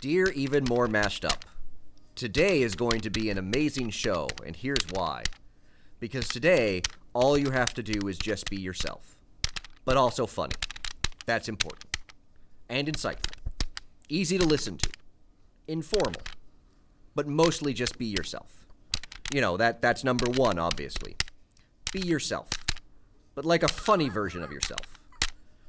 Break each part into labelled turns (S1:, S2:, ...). S1: Dear Even More Mashed Up, today is going to be an amazing show, and here's why. Because today, all you have to do is just be yourself, but also funny. That's important. And insightful. Easy to listen to. Informal. But mostly just be yourself. You know, that, that's number one, obviously. Be yourself, but like a funny version of yourself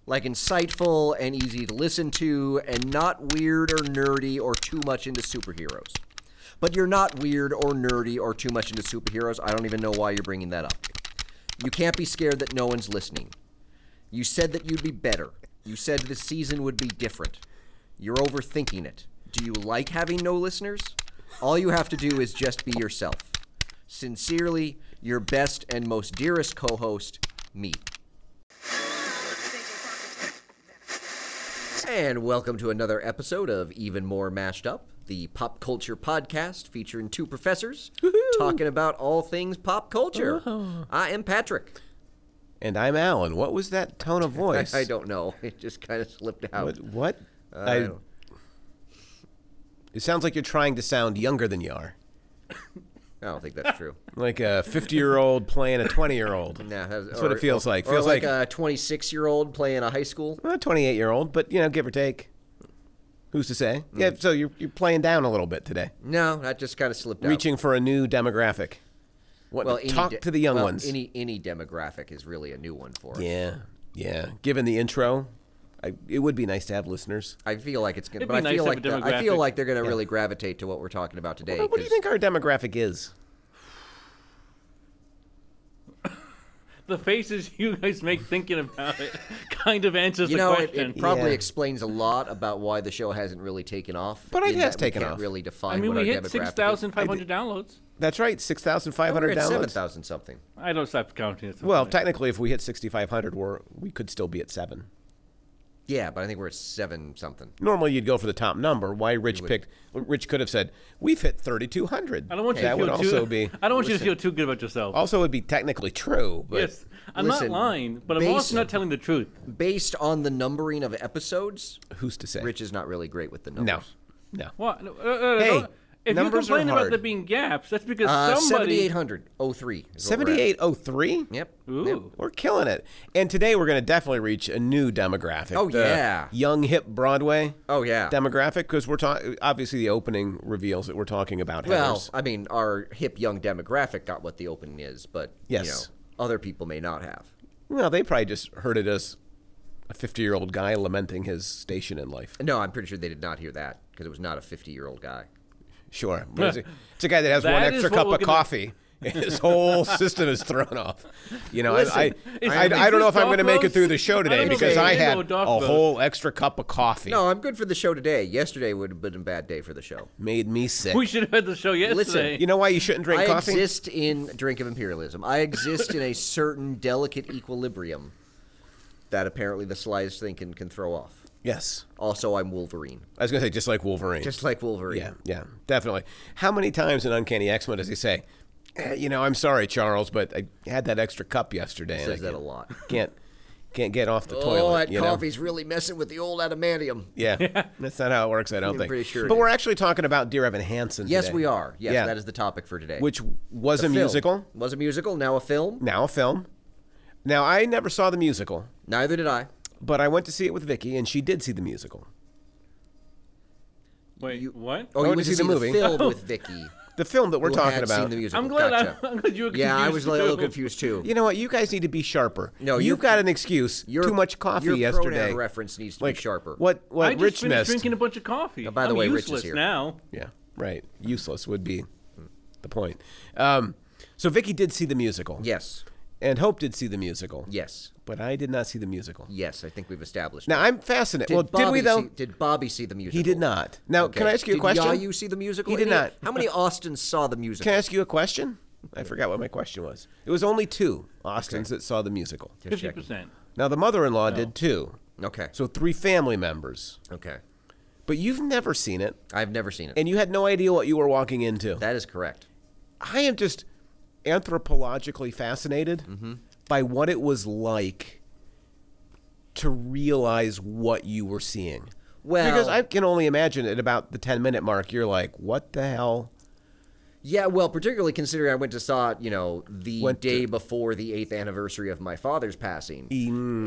S1: like insightful and easy to listen to and not weird or nerdy or too much into superheroes. But you're not weird or nerdy or too much into superheroes. I don't even know why you're bringing that up. You can't be scared that no one's listening. You said that you'd be better. You said this season would be different. You're overthinking it. Do you like having no listeners? All you have to do is just be yourself. Sincerely, your best and most dearest co host, me. And welcome to another episode of Even More Mashed Up, the pop culture podcast featuring two professors talking about all things pop culture.
S2: Oh.
S1: I am Patrick.
S2: And I'm Alan. What was that tone of
S1: I,
S2: voice?
S1: I don't know. It just kind of slipped out.
S2: What? what?
S1: I
S2: I,
S1: don't-
S2: it sounds like you're trying to sound younger than you are,
S1: I don't think that's true.
S2: like a 50 year old playing a 20 year old.
S1: No,
S2: That's what it feels like.
S1: Or
S2: Feels
S1: like,
S2: like-
S1: a 26 year old playing a high school.
S2: Well, a 28 year old, but you know, give or take. Who's to say? Yeah.
S1: Mm.
S2: So you're you're playing down a little bit today,
S1: No, that just kind of slipped out.
S2: reaching for a new demographic. What?
S1: Well, any
S2: talk
S1: de-
S2: to the young
S1: well,
S2: ones.
S1: Any any demographic is really a new one for us.
S2: yeah. Yeah. Given the intro, I, it would be nice to have listeners.
S1: I feel like it's gonna,
S3: It'd
S1: but
S3: be
S1: I
S3: nice
S1: feel
S3: to
S1: like
S3: have a
S1: the- I feel
S3: demographic.
S1: like they're gonna really gravitate to what we're talking about today.
S2: What do
S1: 'cause-
S2: you think our demographic is?
S3: the faces you guys make thinking about it kind of answers
S1: You
S3: the
S1: know, it,
S3: question.
S1: it probably
S2: Yeah.
S1: explains a lot taken off in that we can't really define what our demographic is. why the show hasn't really taken off.
S2: But it has taken off.
S1: Really
S3: I
S1: define.
S3: mean,
S1: what
S3: we
S1: our
S3: hit
S1: demographic
S3: six
S1: is.
S3: thousand five hundred downloads.
S2: That's right. Six thousand
S1: Oh,
S2: five
S1: We're
S2: hundred
S1: at seven
S2: downloads.
S1: thousand something.
S3: I don't stop counting. At some
S2: Well,
S3: point.
S2: technically, if we hit 6,500, we're, we could still be at seven.
S1: Yeah, but I think we're at seven something.
S2: Normally, you'd go for the top number. Why Rich picked? Rich could have said, "We've hit 3,200."
S3: I don't want you
S2: that
S3: to feel
S2: would
S3: too.
S2: also be
S3: I don't want you to feel too good about yourself.
S2: also would be technically true. But
S3: yes, I'm
S1: Oh, listen,
S3: not lying, but I'm
S1: based-
S3: also not telling the truth.
S1: Based on the numbering of episodes,
S2: who's to say?
S1: Rich is not really great with the
S2: no,
S1: numbers.
S2: no.
S3: What? No, uh, uh,
S2: Hey,
S3: don't- if you
S2: numbers are
S3: complain about
S2: hard.
S3: there being gaps, that's because
S1: Uh,
S3: somebody.
S1: 7,800. 03. is what we're at.
S2: 7803.
S1: Yep. yep.
S3: Ooh,
S2: We're killing it. And today we're going to definitely reach a new demographic.
S1: Oh,
S2: the
S1: yeah.
S2: Young hip Broadway
S1: Oh, yeah.
S2: demographic because we're talking obviously the opening reveals that we're talking about
S1: well,
S2: Heathers.
S1: I mean, our hip young demographic got what the opening is, but you
S2: Yes.
S1: know, other people may not have.
S2: Well, they probably just heard it as a 50 year old guy lamenting his station in life.
S1: No, I'm pretty sure they did not hear that because it was not a 50 year old guy.
S2: Sure. But It's a, it's a guy that has one
S3: That
S2: extra
S3: is what
S2: cup
S3: we're
S2: of
S3: gonna-
S2: coffee. and His whole system is thrown off. You know, I-
S3: Listen,
S2: I,
S3: is-
S2: I,
S3: is
S2: I, don't know if
S3: this
S2: I'm going to make it
S3: Doc
S2: through
S3: Rose?
S2: the show
S3: I don't
S2: today
S3: know if
S2: because
S3: it
S2: I
S3: is
S2: had
S3: or
S2: a
S3: Doc Rose.
S2: whole extra cup of coffee.
S1: No, I'm good for the show today. Yesterday would have been a bad day for the show.
S2: Made me sick.
S3: we should have had the show yesterday.
S2: you know why you shouldn't drink
S1: I
S2: coffee?
S1: exist in drink of imperialism. I exist in a certain delicate equilibrium that apparently the slightest thing can, can throw off.
S2: Yes.
S1: Also, I'm Wolverine,
S2: I was going to say, just like Wolverine.
S1: just like Wolverine.
S2: yeah, yeah, definitely. How many times in Uncanny X Men does he say, "Eh, you know, I'm sorry, Charles, but I had that extra cup yesterday? and I
S1: says that a
S2: can't-
S1: lot.
S2: Can't, can't get off the toilet.
S1: Oh, that
S2: you know?
S1: coffee's really messing with the old adamantium.
S2: Yeah, that's not how it works. I don't
S1: I'm
S2: think.
S1: pretty sure it
S2: but
S1: is.
S2: we're actually talking about Dear Evan Hansen.
S1: Yes,
S2: today,
S1: we are. Yes,
S2: Yeah.
S1: that is the topic for today.
S2: Which was a
S1: Film.
S2: musical,
S1: was a musical, now a film.
S2: now a film. Now I never saw the musical,
S1: Neither did I.
S2: but I went to see it with Vicky, and she did see the musical.
S3: Wait, what?
S1: Oh,
S2: I
S1: you
S2: went
S1: went to see the movie film with Vicky.
S2: The film that we're
S1: who
S2: talking
S1: had
S2: about.
S1: Seen the musical.
S3: I'm glad.
S1: Gotcha.
S3: I, am glad you were confused.
S1: yeah, I was a little
S3: too.
S1: confused too.
S2: You know what? You guys need to be sharper.
S1: No,
S2: you've
S1: you've-
S2: got an excuse.
S1: Your-
S2: Too much coffee
S1: your pronoun
S2: yesterday.
S1: reference needs to
S2: like
S1: be sharper.
S2: What? What?
S3: I just
S2: Rich
S3: finished
S2: missed.
S3: drinking a bunch of coffee.
S1: Oh, by the
S3: I'm
S1: way, Rich is
S3: useless
S1: here.
S3: now.
S2: Yeah, right. Useless would be the point. Um, so Vicky did see the musical.
S1: Yes.
S2: And Hope did see the musical.
S1: Yes.
S2: But I did not see the musical.
S1: Yes. I think we've established.
S2: Now I'm fascinated.
S1: Did
S2: well,
S1: Bobby
S2: did we though?
S1: See, did Bobby see the musical?
S2: he did not. Now, can I ask you a
S1: did
S2: question?
S1: Did you see the musical?
S2: He did
S1: Any-
S2: not.
S1: How many Austins saw the musical?
S2: Can I ask you a question? I forgot what my question was. It was only two Austins that saw the musical.
S1: Just
S3: Fifty
S1: checking.
S3: percent.
S2: Now the mother-in-law did too.
S1: Okay.
S2: So three family members.
S1: okay.
S2: But you've never seen it,
S1: I've never seen it.
S2: and you had no idea what you were walking into.
S1: that is correct.
S2: I am just anthropologically fascinated by what it was like to realize what you were seeing.
S1: Well,
S2: Because I can only imagine at about the 10 minute mark, you're like, what the hell?
S1: yeah, well, particularly considering I went to saw it, you know, the
S2: Went to-
S1: day before the eighth anniversary of my father's passing.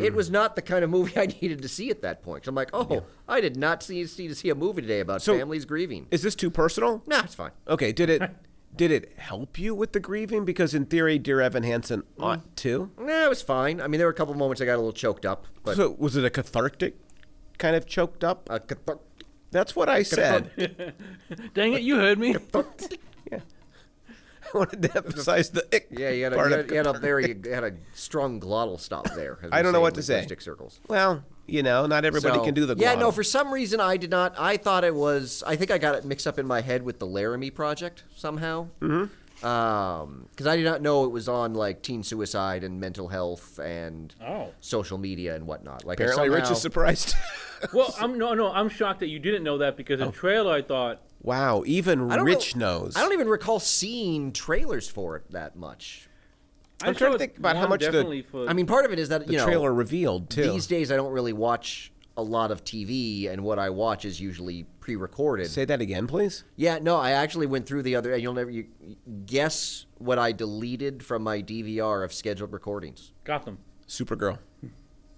S1: It was not the kind of movie I needed to see at that point. 'Cause I'm like, oh, I did not see, see to see a movie today about
S2: So-
S1: families grieving.
S2: Is this too personal?
S1: Nah, it's fine.
S2: Okay, did it did it help you with the grieving? Because in theory, dear Evan Hansen ought to.
S1: Nah, it was fine. I mean, there were a couple moments I got a little choked up, but
S2: so was it a cathartic kind of choked up?
S1: uh, cathar-
S2: That's what I said. I
S3: Dang it, you heard me.
S2: wanted to emphasize the ick
S1: yeah, you had a,
S2: part
S1: you
S2: of
S1: had, you had a very you had a strong glottal stop there. as
S2: I
S1: we
S2: don't know
S1: in
S2: what to say.
S1: linguistic circles.
S2: Well, you know, not everybody
S1: So-
S2: can do the
S1: Yeah, no.
S2: glottal.
S1: For some reason, I did not. I thought it was. I think I got it mixed up in my head with the Laramie Project somehow. Mm-hmm. because I did not know it was on like teen suicide and mental health and
S3: Oh.
S1: social media and whatnot. Like I
S2: Apparently, Rich
S1: somehow-
S2: is surprised.
S3: Well, I'm no, no. I'm shocked that you didn't know that because in trailer I thought
S2: wow, even
S1: I don't
S2: Rich
S1: know-
S2: knows.
S1: I don't even recall seeing trailers for it that much.
S3: I
S2: I'm trying
S3: saw
S2: to think about how
S3: one
S2: much the-
S3: definitely for,
S1: I mean, part of it is that
S2: the
S1: you know
S2: trailer revealed too.
S1: These days, I don't really watch a lot of TV, and what I watch is usually pre-recorded.
S2: Say that again, please.
S1: yeah, no, I actually went through the other, and you'll never you, guess what I deleted from my DVR of scheduled recordings.
S3: Gotham.
S2: Supergirl.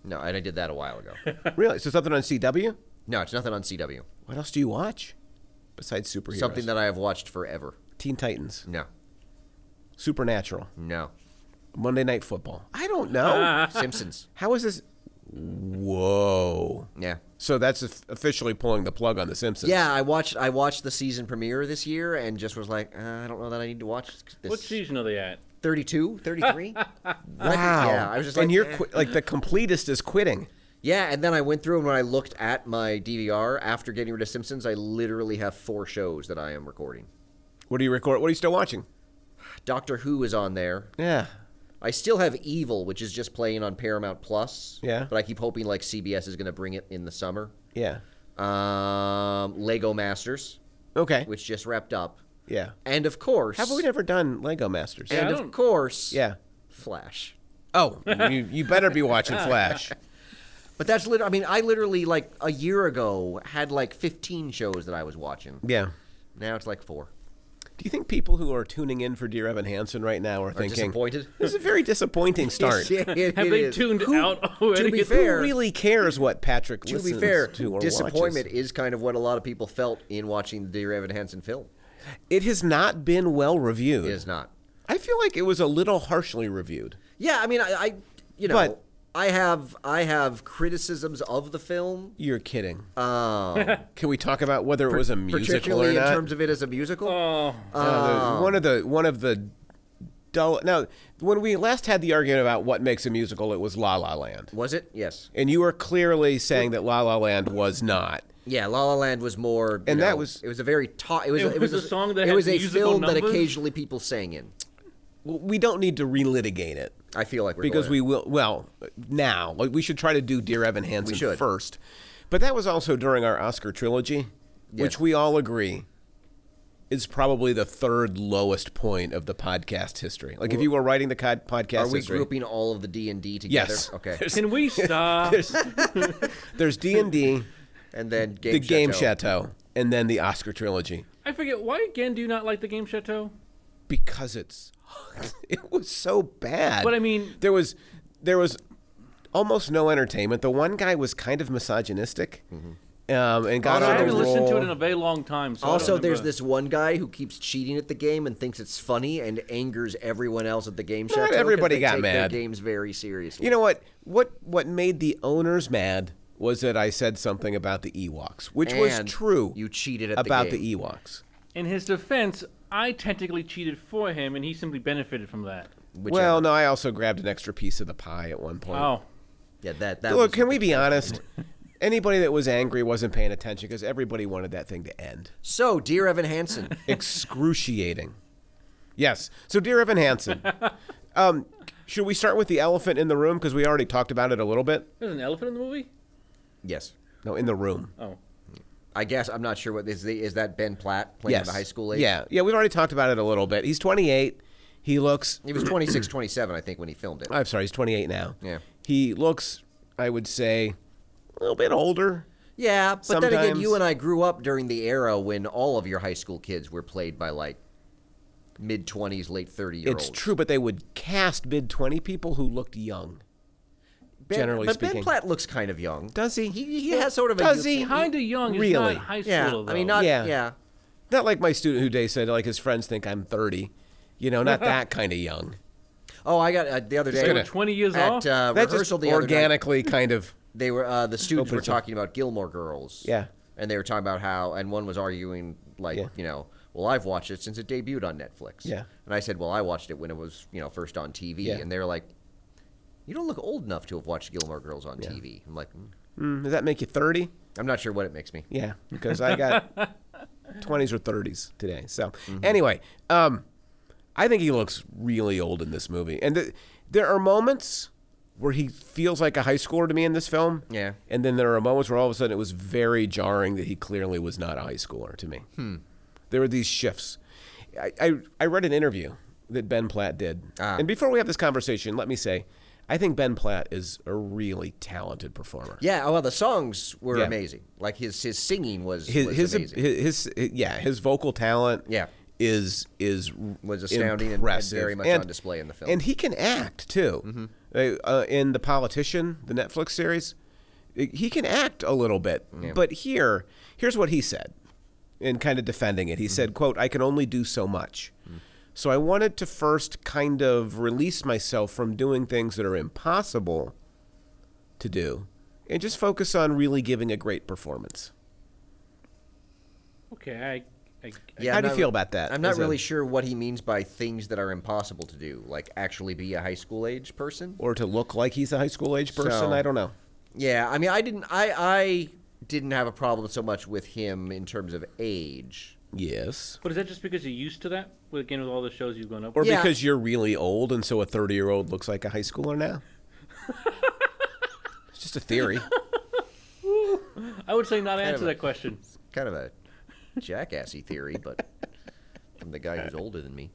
S1: No, and I did that a while ago.
S2: really? So something on CW?
S1: no, it's nothing on CW.
S2: What else do you watch besides superheroes?
S1: Something that I have watched forever.
S2: Teen Titans,
S1: No,
S2: Supernatural,
S1: no.
S2: Monday Night Football. I don't
S1: Ah.
S2: know.
S1: Simpsons.
S2: How is this? Whoa.
S1: Yeah.
S2: So that's of- officially pulling the plug on The Simpsons.
S1: Yeah, I watched I watched the season premiere this year and just was like, uh, I don't know that I need to watch this.
S3: What season are they at?
S1: 32, 33?
S2: Wow.
S1: Yeah, I was just
S2: and
S1: like,
S2: you're
S1: eh.
S2: qui- like the completest is quitting.
S1: Yeah, and then I went through and when I looked at my DVR after getting rid of Simpsons, I literally have four shows that I am recording.
S2: What do you record? What are you still watching?
S1: Doctor Who is on there.
S2: Yeah.
S1: I still have Evil, which is just playing on Paramount Plus.
S2: Yeah.
S1: But I keep hoping like CBS is going to bring it in the summer.
S2: Yeah.
S1: Um, Lego Masters,
S2: Okay.
S1: which just wrapped up,
S2: yeah.
S1: and of course,
S2: Have we never done Lego Masters?
S3: Yeah.
S1: and
S3: I
S1: of
S3: don't-
S1: course,
S2: Yeah.
S1: Flash.
S2: Oh, you, you better be watching Flash.
S1: But that's literally. I mean, I literally like a year ago had like 15 shows that I was watching.
S2: Yeah.
S1: Now it's like four.
S2: Do you think people who are tuning in for Dear Evan Hansen right now are,
S1: Are
S2: thinking
S1: disappointed.
S2: This is a very disappointing start.
S1: It- it-
S3: Have
S1: it
S3: they
S1: is.
S3: tuned out already?
S1: to be
S2: Who
S1: fair-
S2: really cares what Patrick
S1: to be
S2: listens
S1: fair,
S2: to or
S1: disappointment
S2: watches?
S1: is kind of what a lot of people felt in watching the Dear Evan Hansen film.
S2: It has not been well reviewed.
S1: It is not.
S2: I feel like it was a little harshly reviewed.
S1: Yeah, I mean, I, I you know,
S2: But-
S1: I have I have criticisms of the film,
S2: You're kidding.
S1: um,
S2: Can we talk about whether it was a musical or
S1: particularly in
S2: not?
S1: terms of it as a musical.
S3: Oh,
S2: Uh,
S1: Um,
S2: the- one of the one of the dull. Now, when we last had the argument about what makes a musical, it was La La Land,
S1: was it? Yes.
S2: and you were clearly saying that La La Land was not.
S1: Yeah, La La Land was more, you
S2: And that
S1: know,
S2: was-
S1: it was a very ta- it was
S3: It
S1: a- it
S3: was
S1: was
S3: a song that
S1: it
S3: had
S1: was a
S3: musical
S1: film that
S3: numbers?
S1: occasionally people sang in.
S2: Well, We don't need to relitigate it.
S1: I feel like we're
S2: because
S1: going
S2: we will well now like we should try to do dear evan hansen
S1: should.
S2: first but that was also during our oscar trilogy
S1: Yes.
S2: which we all agree is probably the third lowest point of the podcast history like if you were writing the cod- podcast
S1: are we
S2: history
S1: grouping all of the D and D together?
S2: yes
S1: Okay.
S2: there's,
S3: can we stop?
S2: there's d&d
S1: And then game
S2: the game
S1: Chateau.
S2: chateau and then the oscar trilogy
S3: I forget why again. Do you not like the game Chateau?
S2: because it's it was so bad.
S3: But I mean-
S2: there was there was almost no entertainment. The one guy was kind of misogynistic,
S1: Mm-hmm.
S2: um, and got
S1: Also,
S3: Oh, I
S2: on a
S3: haven't
S1: don't
S3: listened to
S2: roll.
S3: it in a very long time. So I don't
S1: Also, there's
S3: remember.
S1: this one guy who keeps cheating at the game and thinks it's funny and angers everyone else at the game show.
S2: everybody got
S1: take
S2: mad.
S1: Their games very seriously.
S2: you know what? What what made the owners mad was that I said something about the Ewoks, which was
S1: And
S2: true.
S1: You cheated at the
S2: about
S1: game.
S2: the e- Ewoks.
S3: In his defense, I technically cheated for him, and he simply benefited from that.
S2: Well, no, I also grabbed an extra piece of the pie at one point.
S3: Oh,
S1: yeah, that that.
S2: Look,
S1: was-
S2: can we be honest? Anybody that was angry wasn't paying attention because everybody wanted that thing to end.
S1: So, dear Evan Hansen,
S2: excruciating. Yes. So, dear Evan Hansen, um, should we start with the elephant in the room because we already talked about it a little bit?
S3: there's an elephant in the movie.
S1: yes,
S2: No, in the room.
S3: Oh,
S1: I guess I'm not sure what is the, is that Ben Platt playing
S2: yes.
S1: the high school age?
S2: Yeah. Yeah. We've already talked about it a little bit. He's 28. He looks.
S1: he was 26, 27, I think, when he filmed it.
S2: I'm sorry. He's 28 now.
S1: Yeah.
S2: He looks. I would say, a little bit older.
S1: Yeah, but then again,
S2: Sometimes-
S1: you and I grew up during the era when all of your high school kids were played by like mid 20s, late 30 year olds.
S2: It's true, but they would cast mid 20 people who looked young.
S1: Ben,
S2: generally
S1: but
S2: speaking.
S1: Ben Platt looks kind of young.
S2: Does he?
S1: He, he has sort of a
S2: Does he?
S1: youthful-
S3: Kind of young. He's
S2: Really?
S3: not high school,
S1: Yeah,
S3: though.
S1: I mean, not
S2: Yeah.
S1: yeah.
S2: Not like my student who day said, like his friends think I'm 30. You know, not that kind of young.
S1: Oh, I got uh, the other day.
S2: They were
S1: at,
S3: 20 years
S1: at
S3: off?
S1: uh,
S2: That just
S1: rehearsal. The other night,
S2: organically kind of.
S1: they were uh, the students were
S2: Opens up.
S1: talking about Gilmore Girls.
S2: Yeah.
S1: and they were talking about how, and one was arguing like,
S2: Yeah.
S1: you know, well, I've watched it since it debuted on Netflix.
S2: Yeah.
S1: and I said, well, I watched it when it was you know first on TV,
S2: Yeah.
S1: and they were like, you don't look old enough to have watched Gilmore Girls on TV. I'm like, mm.
S2: Mm, does that make you 30?
S1: I'm not sure what it makes me.
S2: Yeah, because I got 20s or 30s today. So
S1: Mm-hmm.
S2: anyway, um, I think he looks really old in this movie, and th- there are moments where he feels like a high schooler to me in this film.
S1: Yeah.
S2: and then there are moments where all of a sudden it was very jarring that he clearly was not a high schooler to me.
S1: Hmm.
S2: There were these shifts. I, I I read an interview that Ben Platt did,
S1: Ah.
S2: and before we have this conversation, let me say. I think Ben Platt is a really talented performer.
S1: Yeah, oh, well, the songs were
S2: Yeah.
S1: amazing. Like his his singing was
S2: his
S1: was
S2: his,
S1: amazing.
S2: his his yeah his vocal talent
S1: Yeah.
S2: is is
S1: Was astounding and- and
S2: impressive.
S1: very much on display in the film. Mm-hmm.
S2: and he can act too Uh, uh, in the politician the Netflix series i- he can act a little bit but here here's what he said in kind of defending it he
S1: Mm-hmm.
S2: said quote I can only do so much
S1: Mm.
S2: so I wanted to first kind of release myself from doing things that are impossible to do and just focus on really giving a great performance
S3: okay, I, I, I
S1: Yeah,
S2: How
S1: I'm
S2: do you
S1: not-
S2: feel about that
S1: I'm not
S2: as a-
S1: really sure what he means by things that are impossible to do, like actually be a high school age person.
S2: or to look like he's a high school age person.
S1: So-
S2: I don't know.
S1: Yeah, I mean, I didn't, I, I didn't have a problem so much with him in terms of age.
S2: Yes.
S3: But is that just because you're used to that? With, again, with all the shows you've gone up
S2: Or
S3: with?
S1: Yeah.
S2: because you're really old, and so a 30 year old looks like a high schooler now. it's just a theory.
S3: I would say not answer
S1: a-
S3: that question.
S1: Kind of a jackassy theory, but from the guy who's older than me.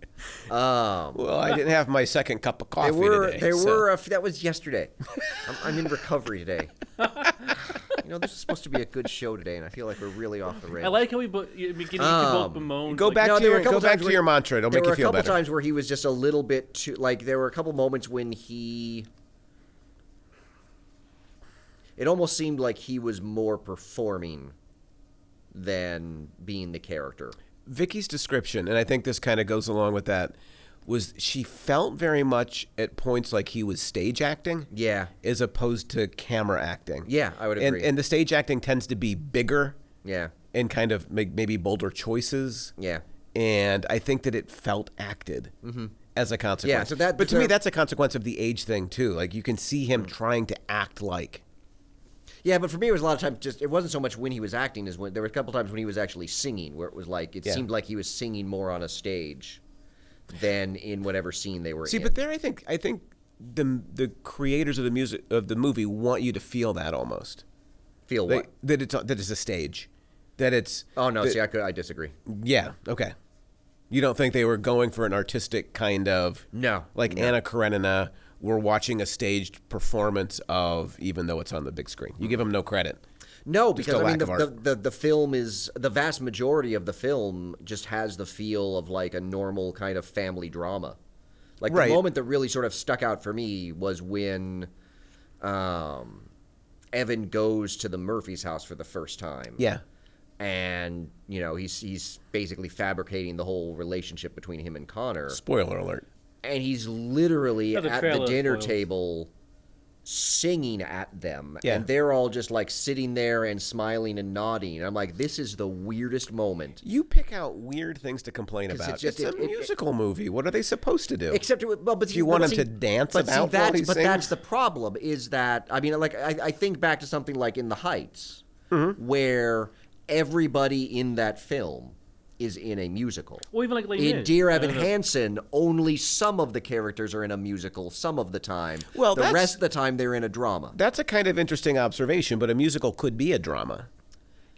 S1: Um,
S2: Well, I didn't have my second cup of coffee
S1: there were,
S2: today.
S1: there
S2: so-
S1: were, a f- that was yesterday. I'm, I'm in recovery today. you know, this is supposed to be a good show today, and I feel like we're really off the rails.
S3: I like how we bo- you begin to both
S1: Um,
S3: bemoan.
S2: Go
S3: like,
S2: back
S1: No,
S2: to
S1: there were
S2: your
S1: a couple
S2: go back
S1: times
S2: to
S1: where-
S2: your mantra. It'll
S1: there
S2: make you
S1: were a
S2: feel
S1: couple
S2: better.
S1: times where he was just a little bit too like there were a couple moments when he it almost seemed like he was more performing than being the character
S2: Vicky's description, and I think this kind of goes along with that, was she felt very much at points like he was stage acting.
S1: Yeah.
S2: As opposed to camera acting.
S1: Yeah, I would
S2: And,
S1: agree.
S2: and the stage acting tends to be bigger
S1: yeah
S2: and kind of make maybe bolder choices.
S1: Yeah.
S2: And I think that it felt acted as a consequence.
S1: Yeah, so that-
S2: but to
S1: so-
S2: me, that's a consequence of the age thing too. Like you can see him trying to act like.
S1: yeah but for me it was a lot of times just it wasn't so much when he was acting as when there were a couple times when he was actually singing where it was like it
S2: Yeah.
S1: seemed like he was singing more on a stage than in whatever scene they were
S2: See,
S1: in
S2: but there, I think, I think the the creators of the music of the movie want you to feel that almost
S1: feel
S2: They-
S1: what
S2: that it's that it's a stage, that it's.
S1: oh no
S2: that-
S1: see i could i disagree
S2: yeah. Okay. You don't think they were going for an artistic kind of
S1: No,
S2: like
S1: no.
S2: Anna Karenina? We're watching a staged performance of, even though it's on the big screen. You give them no credit.
S1: No,
S2: Just
S1: because
S2: a
S1: I mean,
S2: lack
S1: the,
S2: of
S1: the,
S2: art.
S1: the the film is the vast majority of the film just has the feel of like a normal kind of family drama. Like
S2: Right.
S1: the moment that really sort of stuck out for me was when um, Evan goes to the Murphy's house for the first time.
S2: Yeah.
S1: and you know he's he's basically fabricating the whole relationship between him and Connor,
S2: Spoiler alert.
S1: and he's literally
S3: Yeah, the
S1: at
S3: trailer
S1: the dinner
S3: spoils.
S1: table singing at them
S2: Yeah.
S1: and they're all just like sitting there and smiling and nodding i'm like this is the weirdest moment
S2: You pick out weird things to complain
S1: 'Cause it
S2: about.
S1: just-
S2: it's
S1: it-
S2: a
S1: it- it-
S2: musical movie. What are they supposed to do?
S1: except it, well, but
S2: Do you
S1: but
S2: want him
S1: see-
S2: to dance
S1: but
S2: about while
S1: see, that's,
S2: he
S1: but that's
S2: sings?
S1: the problem is that i mean like i, I think back to something like in the heights
S2: Mm-hmm.
S1: where everybody in that film is in a musical
S3: Well, even like Les
S1: in
S3: Mis.
S1: Dear
S3: I
S1: Evan
S3: don't know.
S1: Hansen, only some of the characters are in a musical, some of the time.
S2: Well,
S1: the
S2: that's-
S1: rest of the time they're in a drama.
S2: That's a kind of interesting observation, but a musical could be a drama.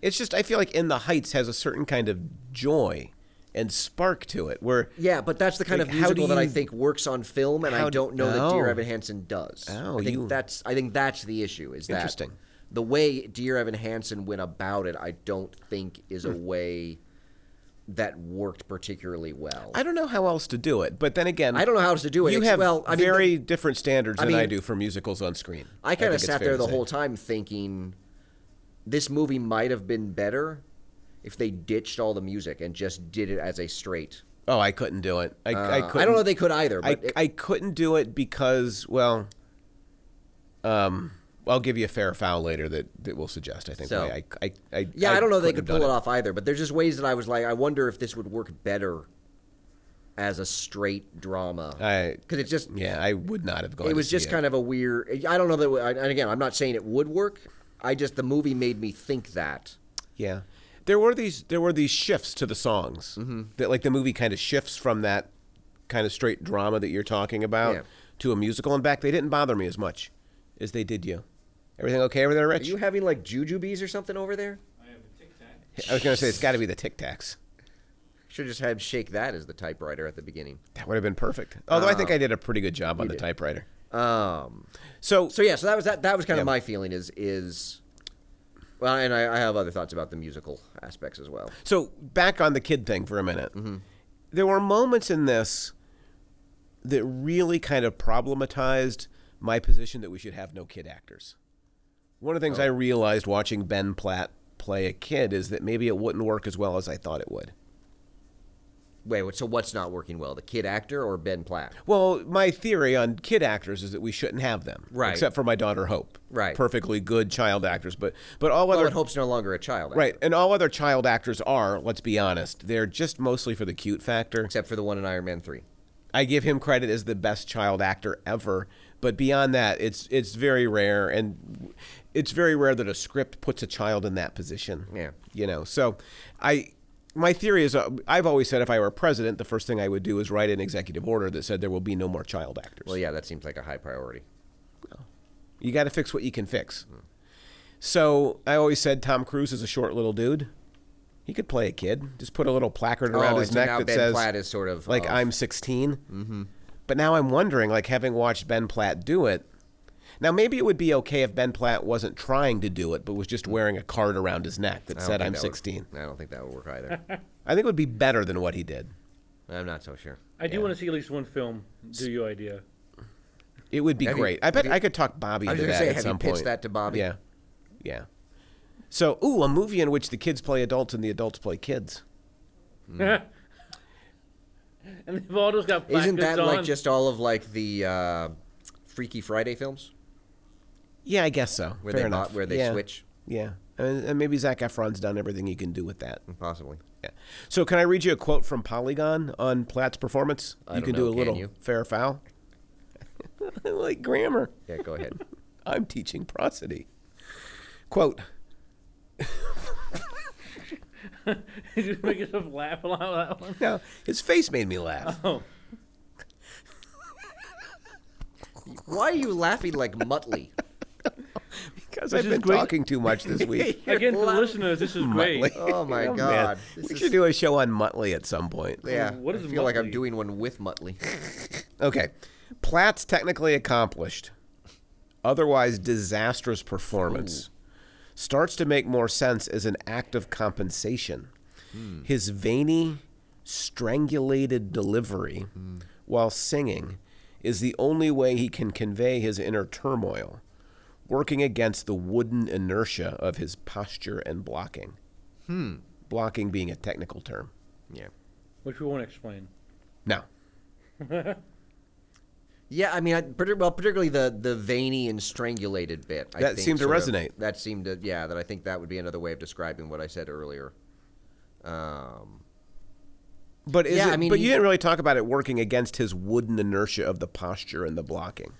S2: It's just I feel like In the Heights has a certain kind of joy and spark to it where
S1: Yeah, but that's the kind
S2: Like,
S1: of
S2: how do
S1: musical that I
S2: you-
S1: think works on film, and
S2: how
S1: I
S2: d-
S1: don't know that Dear
S2: Oh.
S1: Evan Hansen does.
S2: Oh,
S1: I think
S2: you-
S1: that's I think that's the issue. Is that
S2: Interesting.
S1: the way Dear Evan Hansen went about it, I don't think is a
S2: Hmm.
S1: way that worked particularly well.
S2: I don't know how else to do it, but then again,
S1: I don't know how else to do it.
S2: You
S1: It's-
S2: have
S1: well, I mean,
S2: very different standards
S1: I
S2: than I
S1: mean,
S2: do for musicals on screen.
S1: I kind
S2: think
S1: of
S2: it's
S1: sat
S2: fair
S1: there
S2: to
S1: the
S2: say.
S1: whole time thinking this movie might have been better if they ditched all the music and just did it as a straight.
S2: Oh, I couldn't do it. I, I
S1: Uh,
S2: couldn't.
S1: I don't know if they could either,
S2: I,
S1: but it-
S2: I couldn't do it because well, um, I'll give you a fair foul later that that will suggest. I think.
S1: So-
S2: why I, I, I,
S1: yeah, I, don't know if they could
S2: couldn't
S1: pull
S2: have
S1: it
S2: done
S1: off either. But there's just ways that I was like, I wonder if this would work better as a straight drama
S2: I
S1: because it's just
S2: yeah, Uh, I would not have gone.
S1: it was just kind of a weird. I don't know that. And again, I'm not saying it would work. I just the movie made me think that.
S2: yeah. There were these there were these shifts to the songs that like the movie kind of shifts from that kind of straight drama that you're talking about
S1: Yeah.
S2: to a musical. In fact, they didn't bother me as much as they did you. Everything okay over there,
S1: Are
S2: Rich?
S1: you having like jujubes or something over there?
S3: I have a tic tac.
S2: I was gonna say it's got to be the Tic Tacs.
S1: Should just have shake that as the typewriter at the beginning.
S2: That would have been perfect. Although I think I did a pretty good job on the typewriter.
S1: Um.
S2: So,
S1: So yeah. So that was that. That was kind
S2: Yeah.
S1: of my feeling. Is is. Well, and I, I have other thoughts about the musical aspects as well.
S2: So back on the kid thing for a minute.
S1: Mm-hmm.
S2: There were moments in this that really kind of problematized my position that we should have no kid actors. One of the
S1: Oh.
S2: things I realized watching Ben Platt play a kid is that maybe it wouldn't work as well as I thought it would.
S1: Wait, what- so what's not working well? The kid actor or Ben Platt?
S2: Well, my theory on kid actors is that we shouldn't have them,
S1: Right.
S2: Except for my daughter Hope,
S1: Right.
S2: Perfectly good child actors, but but all
S1: Well,
S2: other
S1: and Hope's no longer a child, actor,
S2: right and all other child actors are. Let's be honest, they're just mostly for the cute factor.
S1: Except for the one in Iron Man three.
S2: I give him credit as the best child actor ever. But beyond that, it's it's very rare, and it's very rare that a script puts a child in that position.
S1: Yeah.
S2: you know. So, I my theory is uh, I've always said if I were president, the first thing I would do is write an executive order that said there will be no more child actors.
S1: Well, yeah, that seems like a high priority.
S2: You got to fix what you can fix.
S1: Hmm.
S2: So I always said Tom Cruise is a short little dude. He could play a kid. Just put a little placard around
S1: Oh,
S2: his
S1: and so
S2: neck
S1: now
S2: that
S1: Ben
S2: says
S1: Platt is sort of oh,
S2: like
S1: of-
S2: I'm 16. Mm-hmm. But now I'm wondering, like having watched Ben Platt do it. Now maybe it would be okay if Ben Platt wasn't trying to do it, but was just wearing a card around his neck that
S1: I don't
S2: said
S1: think
S2: I'm
S1: that would-
S2: 16.
S1: I don't think that would work either.
S2: I think it would be better than what he did.
S1: I'm not so sure.
S3: I do want to see at least one film. Do you idea?
S2: It would be
S1: Have you-
S2: great. I bet
S1: have you-
S2: I could talk Bobby
S1: I was gonna
S2: into that
S1: say,
S2: at
S1: have you
S2: some
S1: pitched
S2: point.
S1: that to Bobby?
S2: Yeah, yeah. So, ooh, a movie in which the kids play adults and the adults play kids.
S3: and they've all just got
S1: Mm. Isn't
S3: placards
S1: that
S3: on.
S1: like just all of like the uh, Freaky Friday films
S2: Yeah, I guess so.
S1: where
S2: Fair
S1: they
S2: enough.
S1: bought, where they
S2: yeah.
S1: switch?
S2: Yeah, and, and maybe Zach Efron's done everything he can do with that.
S1: Possibly.
S2: Yeah. So, can I read you a quote from Polygon on Platt's performance?
S1: I
S2: you
S1: don't
S2: can do
S1: know,
S2: a
S1: can
S2: little
S1: you?
S2: fair foul. I like grammar.
S1: Yeah, go ahead.
S2: I'm teaching prosody. Quote.
S3: just make yourself laugh a lot with that one.
S2: Now, his face made me
S1: Uh,
S2: laugh.
S3: Oh,
S1: Why are you laughing like Muttley?
S2: Because
S3: This
S2: I've
S3: is
S2: been
S3: great.
S2: talking too much this week.
S3: again for the
S1: Laugh-
S3: listeners, this is great.
S2: Muttley.
S1: Oh my
S2: Oh, man.
S1: god.
S2: We
S1: This is-
S2: should do a show on Muttley at some point.
S1: yeah.
S3: What is
S1: I feel like I'm
S3: Muttley?
S1: doing one with Muttley.
S2: Okay. Platt's technically accomplished, otherwise disastrous performance starts to make more sense as an act of compensation. His veiny, strangulated delivery while singing is the only way he can convey his inner turmoil, working against the wooden inertia of his posture and blocking. Blocking being a technical term.
S1: yeah.
S3: Which we won't explain.
S2: Now,
S1: Yeah, I mean, I, partic- well, particularly the the veiny and strangulated bit. I
S2: That
S1: think
S2: seemed to
S1: sort of-
S2: resonate.
S1: that seemed to, yeah. That I think that would be another way of describing what I said earlier. Um,
S2: But is
S1: Yeah,
S2: it,
S1: I mean,
S2: but you
S1: he-
S2: didn't really talk about it working against his wooden inertia of the posture and the blocking.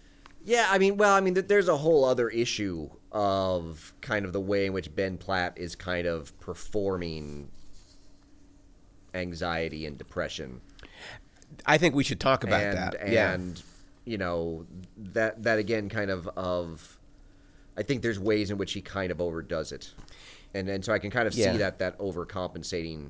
S1: yeah, I mean, well, I mean, th- there's a whole other issue of kind of the way in which Ben Platt is kind of performing anxiety and depression.
S2: I think we should talk about
S1: and,
S2: that.
S1: And you know that that again kind of of I think there's ways in which he kind of overdoes it, and and so I can kind of
S2: Yeah.
S1: see that that overcompensating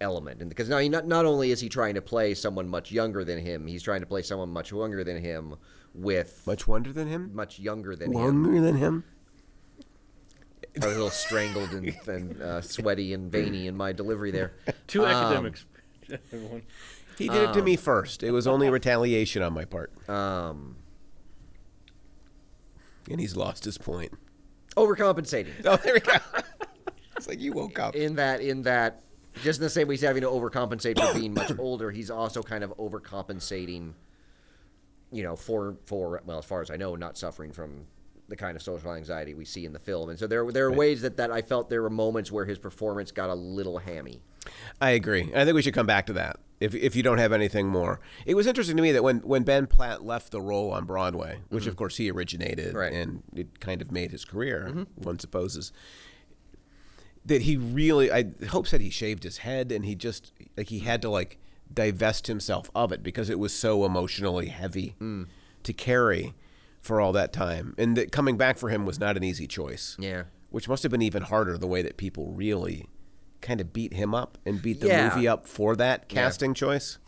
S1: element, and because now he not not only is he trying to play someone much younger than him, he's trying to play someone much younger than him with
S2: much wonder than him.
S1: much younger than him
S2: Longer than him.
S1: I was a little strangled and, and uh, sweaty and veiny in my delivery there.
S3: Two
S1: Um,
S3: academics. Everyone.
S2: He did it to me first. It was only retaliation on my part.
S1: Um,
S2: And he's lost his point.
S1: overcompensating.
S2: Oh, there we go. it's like you woke up.
S1: in that in that just in the same way he's having to overcompensate for being much older, he's also kind of overcompensating, you know, for for well, as far as I know, not suffering from the kind of social anxiety we see in the film. And so there there are ways that, that I felt there were moments where his performance got a little hammy.
S2: I agree. I think we should come back to that if, if you don't have anything more. It was interesting to me that when, when Ben Platt left the role on Broadway, which of course he originated
S1: Right.
S2: and it kind of made his career, one supposes, that he really, I Hope said he shaved his head and he just, like, he had to, like, divest himself of it because it was so emotionally heavy to carry for all that time. And that coming back for him was not an easy choice
S1: Yeah.
S2: which must have been even harder the way that people really kind of beat him up and beat the
S1: Yeah.
S2: movie up for that casting choice.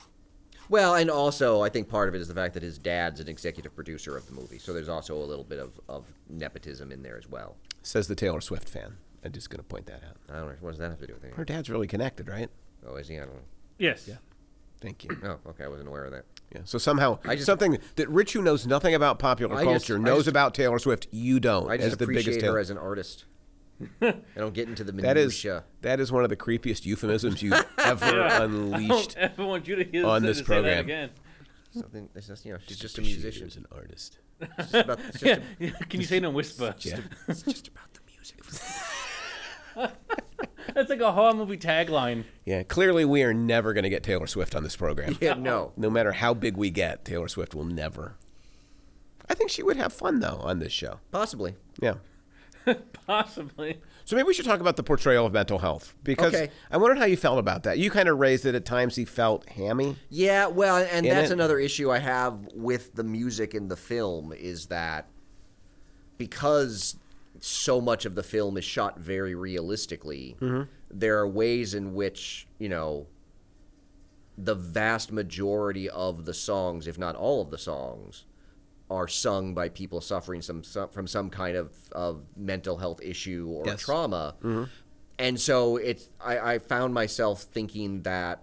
S1: Well, and also I think part of it is the fact that his dad's an executive producer of the movie, so there's also a little bit of, of nepotism in there as well.
S2: Says the Taylor Swift fan. I'm just going to point that out.
S1: I don't know what does that have to do with
S2: Her
S1: anything.
S2: dad's really connected, right?
S1: Oh, is he? I don't know.
S3: Yes.
S2: Thank you.
S1: Oh, okay, I wasn't aware of that.
S2: Yeah. So somehow
S1: I just-
S2: something that Rich, who knows nothing about popular
S1: I just-
S2: culture,
S1: I
S2: knows
S1: just-
S2: about Taylor Swift. You don't.
S1: I
S2: as
S1: just
S2: the biggest
S1: appreciate
S2: Taylor.
S1: her as an artist. I don't get into the
S2: that is
S1: minutia.
S2: that is one of the creepiest euphemisms you've ever
S3: I
S2: unleashed.
S3: don't ever want you to hear
S2: on
S3: to
S2: this
S3: say that
S2: program.
S3: again.
S1: Something. It's just, you know, she's just a musician.
S2: She's an artist.
S1: It's just about, it's just
S3: Yeah.
S1: a-
S3: yeah, Can you say no whisper?
S2: Yeah.
S1: it's just about the music.
S3: That's like a horror movie tagline.
S2: Yeah. Clearly, we are never going to get Taylor Swift on this program.
S1: Yeah, no.
S2: no matter how big we get, Taylor Swift will never. I think she would have fun though on this show.
S1: Possibly.
S2: Yeah.
S3: Possibly.
S2: So maybe we should talk about the portrayal of mental health because
S1: Okay.
S2: I wondered how you felt about that. You kind of raised that at times he felt hammy.
S1: Yeah, well, and
S2: In
S1: that's
S2: it-
S1: another issue I have with the music in the film is that because so much of the film is shot very realistically, there are ways in which, you know, the vast majority of the songs, if not all of the songs, are sung by people suffering some, some from some kind of, of mental health issue or
S2: Yes.
S1: trauma. And so it's I, I found myself thinking that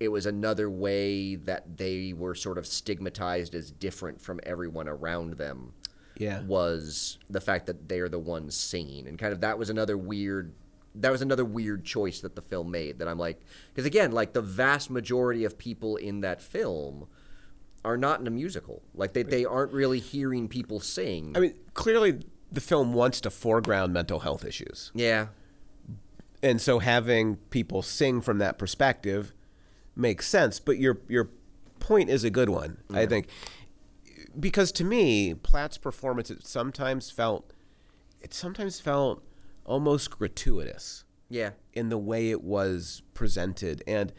S1: it was another way that they were sort of stigmatized as different from everyone around them
S2: Yeah.
S1: was the fact that they're the ones singing and kind of that was another weird that was another weird choice that the film made that I'm like because again like the vast majority of people in that film are not in a musical like they, they aren't really hearing people sing
S2: I mean, clearly the film wants to foreground mental health issues.
S1: yeah
S2: And so having people sing from that perspective makes sense, but your your point is a good one, I think. Because to me, Platt's performance it sometimes felt it sometimes felt almost gratuitous
S1: yeah
S2: in the way it was presented. And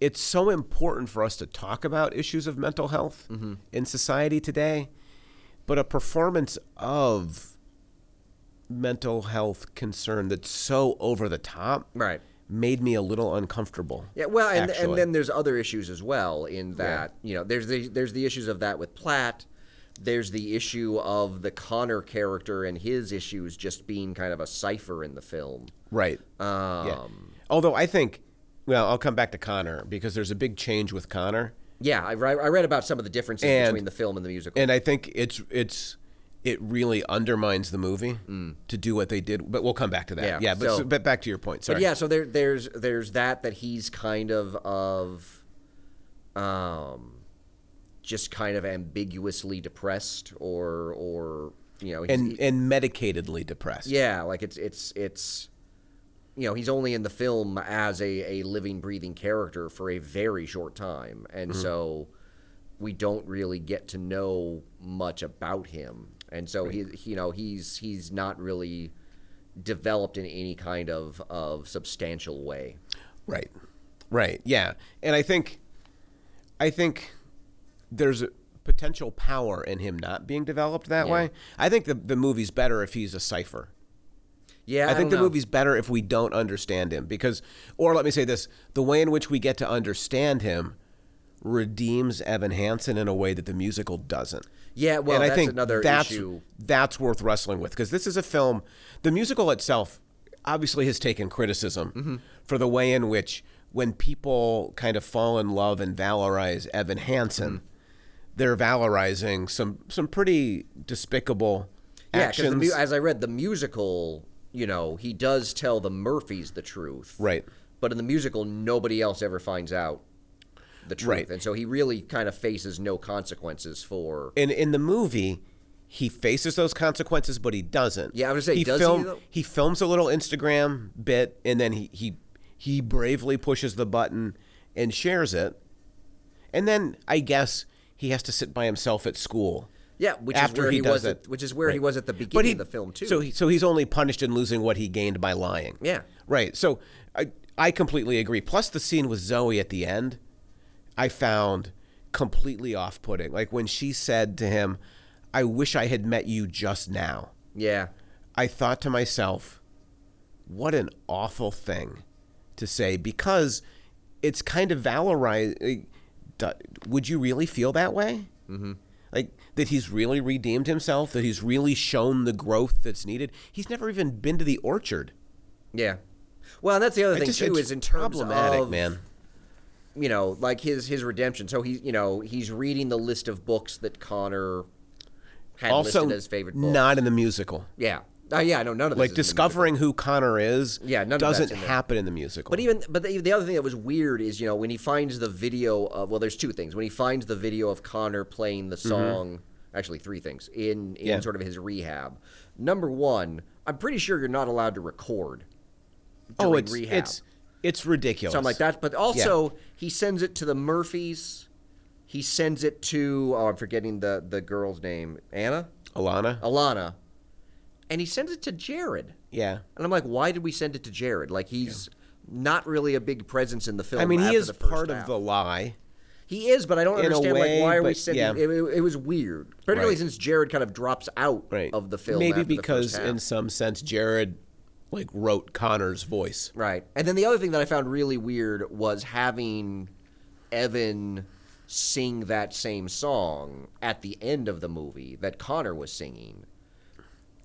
S2: it's so important for us to talk about issues of mental health
S1: Mm-hmm.
S2: in society today. But a performance of mental health concern that's so over the top
S1: Right.
S2: made me a little uncomfortable.
S1: Yeah, well, and, and
S2: actually.
S1: then there's other issues as well. In that, you know, there's the there's the issues of that with Platt. There's the issue of the Connor character and his issues just being kind of a cipher in the film.
S2: Right. yeah.
S1: Um,
S2: Although I think, well, I'll come back to Connor because there's a big change with Connor.
S1: yeah. I, re- I read about some of the differences
S2: And-
S1: between the film and the musical.
S2: and I think it's it's it really undermines the movie to do what they did. But we'll come back to that. Yeah,
S1: Mm. Yeah,
S2: but,
S1: so-
S2: so- but back to your point. Sorry.
S1: But yeah, so there there's there's that that he's kind of of um just kind of ambiguously depressed or or you know, he's,
S2: and and medicatedly depressed.
S1: Yeah, like it's it's it's you know, he's only in the film as a, a living, breathing character for a very short time. And
S2: Mm-hmm.
S1: so we don't really get to know much about him. And so he, he you know, he's he's not really developed in any kind of, of substantial way.
S2: Right. Right. Yeah. And I think I think there's a potential power in him not being developed that
S1: Yeah.
S2: way. I think the the movie's better if he's a cipher.
S1: Yeah,
S2: I, think
S1: don't
S2: the
S1: know.
S2: movie's better if we don't understand him because, or let me say this: the way in which we get to understand him redeems Evan Hansen in a way that the musical doesn't.
S1: Yeah, well,
S2: and I
S1: that's
S2: think
S1: another
S2: that's,
S1: issue.
S2: That's worth wrestling with because this is a film. The musical itself obviously has taken criticism
S1: Mm-hmm.
S2: for the way in which, when people kind of fall in love and valorize Evan Hansen,
S1: Mm-hmm.
S2: they're valorizing some some pretty despicable
S1: Yeah, because
S2: actions.
S1: as I read the musical, you know, he does tell the Murphys the truth.
S2: Right.
S1: But in the musical, nobody else ever finds out the truth,
S2: Right.
S1: and so he really kind of faces no consequences for.
S2: in in the movie he faces those consequences but he doesn't
S1: Yeah, I was gonna say,
S2: he,
S1: does he, though?
S2: he films a little instagram bit and then he, he he bravely pushes the button and shares it and then i guess he has to sit by himself at school
S1: Yeah, which is
S2: after
S1: where
S2: he,
S1: he,
S2: does
S1: was.
S2: it
S1: At, which is where he
S2: Right.
S1: was at the
S2: But
S1: beginning
S2: he-
S1: of the film too.
S2: so he, so he's only punished in losing what he gained by lying
S1: Yeah.
S2: right so i i completely agree plus the scene with zoe at the end I found completely off putting. Like when she said to him, I wish I had met you just now.
S1: yeah.
S2: I thought to myself, what an awful thing to say because it's kind of valorized. Would you really feel that way? Mm-hmm. Like that he's really redeemed himself, that he's really shown the growth that's needed. He's never even been to the orchard.
S1: Yeah. Well, and that's the other
S2: I
S1: thing
S2: just-
S1: too
S2: it's
S1: is in terms
S2: problematic,
S1: of
S2: man.
S1: you know, like his his redemption. So he's you know he's reading the list of books that Connor had
S2: Also,
S1: listed as favorite books.
S2: not in the musical.
S1: yeah. Uh, yeah, no, none of this
S2: like
S1: is in the musical.
S2: discovering who Connor is
S1: Yeah, none of that's
S2: doesn't
S1: in there.
S2: happen in the musical.
S1: But even but the, the other thing that was weird is you know when he finds the video of well there's two things when he finds the video of Connor playing the song actually three things in in
S2: Mm-hmm. Yeah.
S1: sort of his rehab. Number one, I'm pretty sure you're not allowed to record.
S2: oh,
S1: during
S2: it's
S1: rehab.
S2: it's it's ridiculous.
S1: something like that. But also, he sends it to the Murphys. He sends it to oh, I'm forgetting the the girl's name, Anna, Oh.
S2: Alana.
S1: Alana, and he sends it to Jared.
S2: yeah.
S1: And I'm like, why did we send it to Jared? Like he's not really a big presence in the film.
S2: I mean, he
S1: after
S2: is
S1: the first
S2: part
S1: half.
S2: of the lie.
S1: He is, but I don't
S2: in a
S1: understand
S2: way,
S1: like why are we
S2: but
S1: sending?
S2: yeah.
S1: It, it, it was weird, particularly
S2: Right.
S1: since Jared kind of drops out
S2: Right.
S1: of the film.
S2: Maybe
S1: after the first
S2: because
S1: half.
S2: in some sense Jared like wrote Connor's voice.
S1: Right. And then the other thing that I found really weird was having Evan sing that same song at the end of the movie that Connor was singing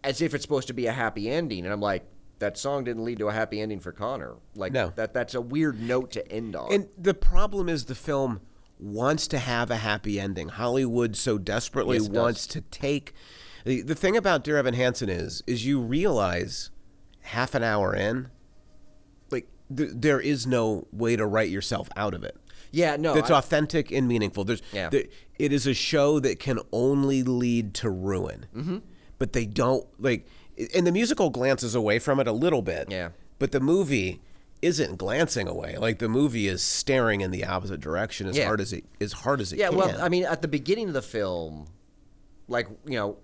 S1: as if it's supposed to be a happy ending. And I'm like, that song didn't lead to a happy ending for Connor. Like
S2: No.
S1: that that's a weird note to end on.
S2: And the problem is the film wants to have a happy ending. Hollywood so desperately
S1: Yes, it does.
S2: wants to take the, the thing about Dear Evan Hansen is is you realize half an hour in like th- there is no way to write yourself out of it.
S1: yeah, no.
S2: that's
S1: Oh, I-
S2: authentic and meaningful. There's,
S1: Yeah.
S2: there- it is a show that can only lead to ruin. Mm-hmm. But they don't like, and the musical glances away from it a little bit.
S1: Yeah.
S2: But the movie isn't glancing away. Like the movie is staring in the opposite direction as
S1: Yeah.
S2: hard as it as hard as it
S1: Yeah,
S2: can.
S1: well, I mean, at the beginning of the film, like you know,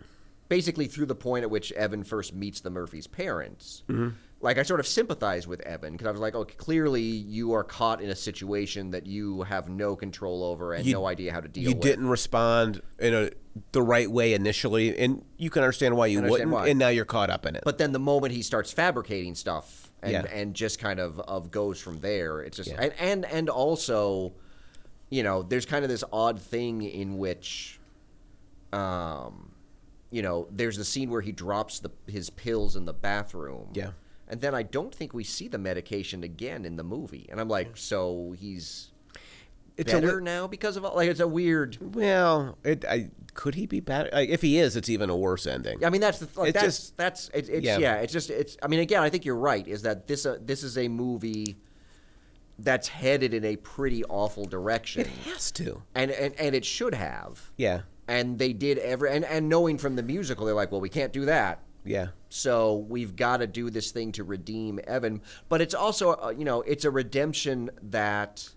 S1: basically through the point at which Evan first meets the Murphy's parents,
S2: Mm-hmm.
S1: like I sort of sympathize with Evan because I was like, oh, clearly you are caught in a situation that you have no control over and
S2: You-
S1: no idea how to deal
S2: you
S1: with.
S2: didn't respond in a the right way initially, and you can understand why you
S1: understand
S2: wouldn't,
S1: why.
S2: and now you're caught up in it.
S1: But then the moment he starts fabricating stuff and,
S2: Yeah.
S1: and just kind of, of goes from there, it's just and, and and also, you know, there's kind of this odd thing in which, um, you know, there's the scene where he drops the his pills in the bathroom.
S2: Yeah.
S1: And then I don't think we see the medication again in the movie, and I'm like, so he's
S2: It's a
S1: better
S2: li-
S1: now because of all- like it's a weird.
S2: well, it, I, could he be better? Like, if he is, it's even a worse ending.
S1: I mean, that's the th- like,
S2: It
S1: that's
S2: just-
S1: that's it, it's
S2: yeah.
S1: yeah. It's just it's. I mean, again, I think you're right. Is that this uh, this is a movie that's headed in a pretty awful direction,
S2: it has to.
S1: and and and it should have.
S2: Yeah.
S1: And they did every and and knowing from the musical, they're like, well, we can't do that.
S2: Yeah.
S1: So we've got to do this thing to redeem Evan, but it's also uh, you know it's a redemption that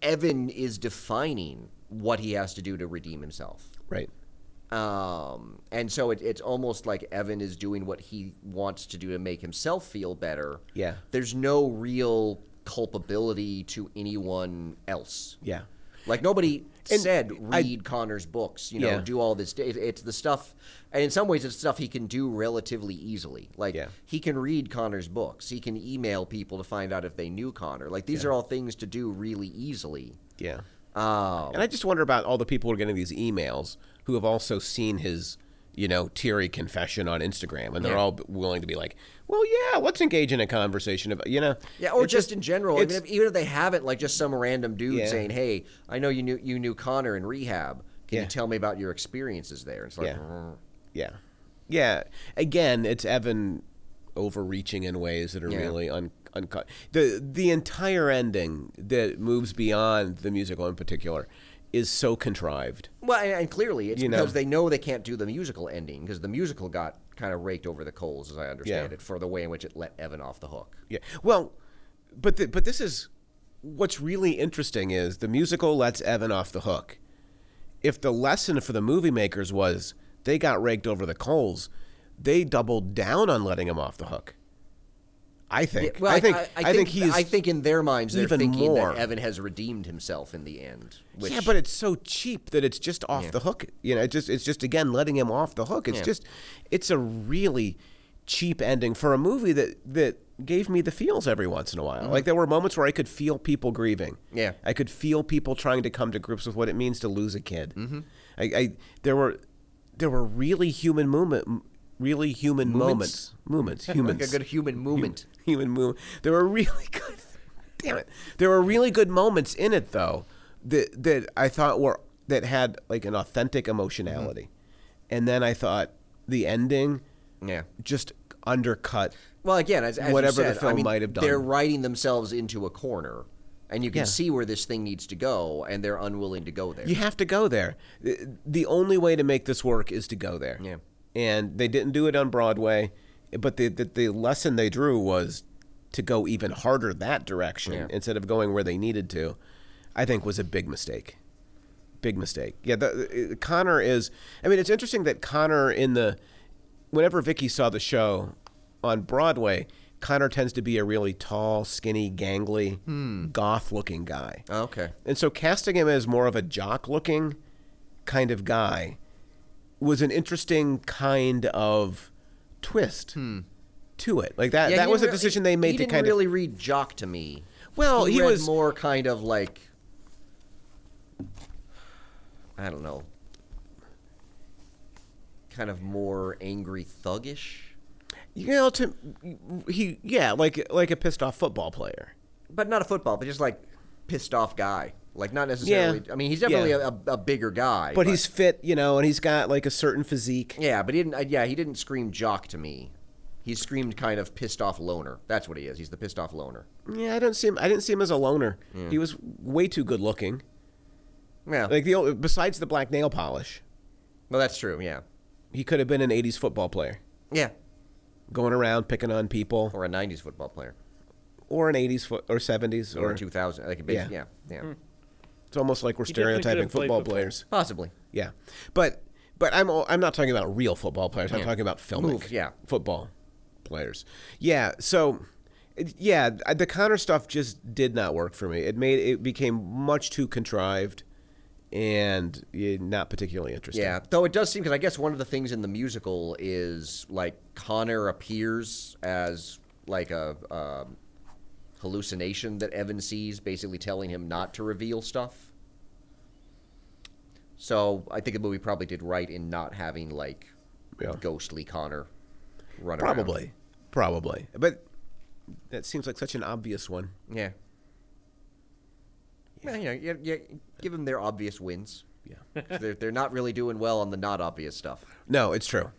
S1: Evan is defining what he has to do to redeem himself.
S2: Right.
S1: Um, and so it, it's almost like Evan is doing what he wants to do to make himself feel better.
S2: Yeah.
S1: There's no real culpability to anyone else.
S2: Yeah.
S1: Like nobody
S2: And
S1: said,
S2: I-
S1: read Connor's books, you know,
S2: Yeah.
S1: do all this. It, it's the stuff, and in some ways, it's stuff he can do relatively easily. Like
S2: Yeah.
S1: he can read Connor's books, he can email people to find out if they knew Connor. Like these are all things to do really easily.
S2: Yeah.
S1: Um,
S2: And I just wonder about all the people who are getting these emails who have also seen his, you know, teary confession on Instagram, and they're
S1: Yeah.
S2: all willing to be like, "Well, yeah, let's engage in a conversation about, you know."
S1: Yeah, or
S2: It's
S1: just, in general. Even
S2: it's-
S1: if, even if they haven't, like just some random dude
S2: Yeah.
S1: saying, "Hey, I know you knew you knew Connor in rehab. Can
S2: Yeah.
S1: you tell me about your experiences there?" And it's like,
S2: Yeah.
S1: "Mm."
S2: yeah, yeah. Again, it's Evan overreaching in ways that are
S1: Yeah.
S2: really un. Unco- the the entire ending that moves beyond the musical in particular is so contrived.
S1: well, and, and clearly it's
S2: You know.
S1: because they know they can't do the musical ending because the musical got kind of raked over the coals, as I understand
S2: Yeah.
S1: it, for the way in which it let Evan off the hook.
S2: Yeah. Well, but the, but this is what's really interesting is the musical lets Evan off the hook. If the lesson for the movie makers was they got raked over the coals, they doubled down on letting him off the hook. I think. I think. I, think, he's.
S1: I think in their minds they're
S2: even
S1: thinking
S2: more.
S1: that Evan has redeemed himself in the end. Which,
S2: yeah, but it's so cheap that it's just off the hook. You know, it's just it's just again letting him off the hook. It's
S1: Yeah.
S2: just it's a really cheap ending for a movie that that gave me the feels every once in a while. Like there were moments where I could feel people grieving.
S1: Mm-hmm. Yeah.
S2: I could feel people trying to come to grips with what it means to lose a kid. Mm-hmm. I, I there were there were really human movement, really human
S1: Moments?
S2: moments, moments, humans
S1: like a good human movement.
S2: human movement. There were really good. Damn it! There were really good moments in it though that that I thought were that had like an authentic emotionality, and then I thought the ending
S1: Yeah.
S2: just undercut.
S1: Well, again, as, as you
S2: Whatever the
S1: said, I
S2: film
S1: mean,
S2: might have done.
S1: they're writing themselves into a corner, and you can
S2: Yeah.
S1: see where this thing needs to go, and they're unwilling to go there.
S2: You have to go there. The- The only way to make this work is to go there.
S1: Yeah.
S2: And they didn't do it on Broadway, but the the, the lesson they drew was to go even harder that direction
S1: Yeah.
S2: instead of going where they needed to. I think was a big mistake. Big mistake. Yeah, the, uh, Connor is. I mean, it's interesting that Connor in the whenever Vicky saw the show on Broadway, Connor tends to be a really tall, skinny, gangly,
S1: Hmm.
S2: goth-looking guy.
S1: Oh, Okay.
S2: And so casting him as more of a jock looking kind of guy was an interesting kind of twist to it. Like that
S1: Hmm. Yeah,
S2: that
S1: he
S2: was a
S1: didn't
S2: decision
S1: really-
S2: they made
S1: he
S2: to
S1: didn't
S2: kind
S1: really
S2: of
S1: read jock to me.
S2: Well, he
S1: read
S2: was-
S1: more kind of like I don't know, kind of more angry thuggish,
S2: you know to he yeah, like like a pissed off football player.
S1: but not a football, but just like pissed off guy. Like not necessarily. I mean, he's definitely
S2: Yeah.
S1: a, a, a bigger guy,
S2: But, he's fit, you know, and he's got like a certain physique.
S1: Yeah, but he didn't. Uh, yeah, he didn't scream jock to me. He screamed kind of pissed off loner. That's what he is. He's the pissed off loner.
S2: Yeah, I don't see him I didn't see him as a loner. He was way too good looking.
S1: Yeah.
S2: Like the old, besides the black nail polish,
S1: well, that's true. Yeah.
S2: he could have been an 80s football player
S1: Yeah.
S2: going around picking on people.
S1: Or a '90s football player,
S2: or an 80s fo- or 70s
S1: or
S2: or
S1: a 2000. Like a big,
S2: Yeah. Hmm.
S1: yeah. Yeah.
S2: it's almost like we're
S3: definitely could
S2: stereotyping
S3: have played
S2: football
S3: football.
S2: players
S1: Possibly.
S2: yeah but but i'm all, i'm not talking about real football players i'm talking about filmic
S1: Move, yeah.
S2: football players yeah so it- yeah I- the connor stuff just did not work for me it made it became much too contrived and eh, not particularly interesting
S1: Yeah. Though it does seem because I guess one of the things in the musical is like Connor appears as like a um, hallucination that Evan sees, basically telling him not to reveal stuff. So I think the movie probably did right in not having like
S2: Yeah.
S1: ghostly Connor run around.
S2: probably probably but that seems like such an obvious one
S1: Yeah. Well, you know, you, you give them their obvious wins.
S2: yeah
S1: 'Cause They're, they're not really doing well on the not obvious stuff.
S2: No, it's true.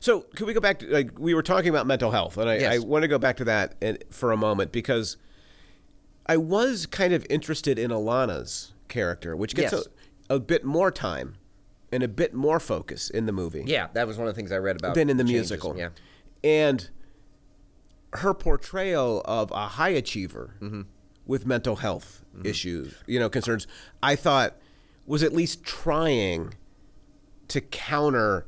S2: So, could we go back to like we were talking about mental health, and I,
S1: Yes.
S2: I want to go back to that and, for a moment because I was kind of interested in Alana's character, which gets
S1: Yes.
S2: a, a bit more time and a bit more focus in the movie
S1: Yeah, that was one of the things I read about.
S2: than in the
S1: changes,
S2: musical.
S1: Yeah.
S2: And her portrayal of a high achiever
S1: Mm-hmm.
S2: with mental health issues, you know, concerns, I thought was at least trying to counter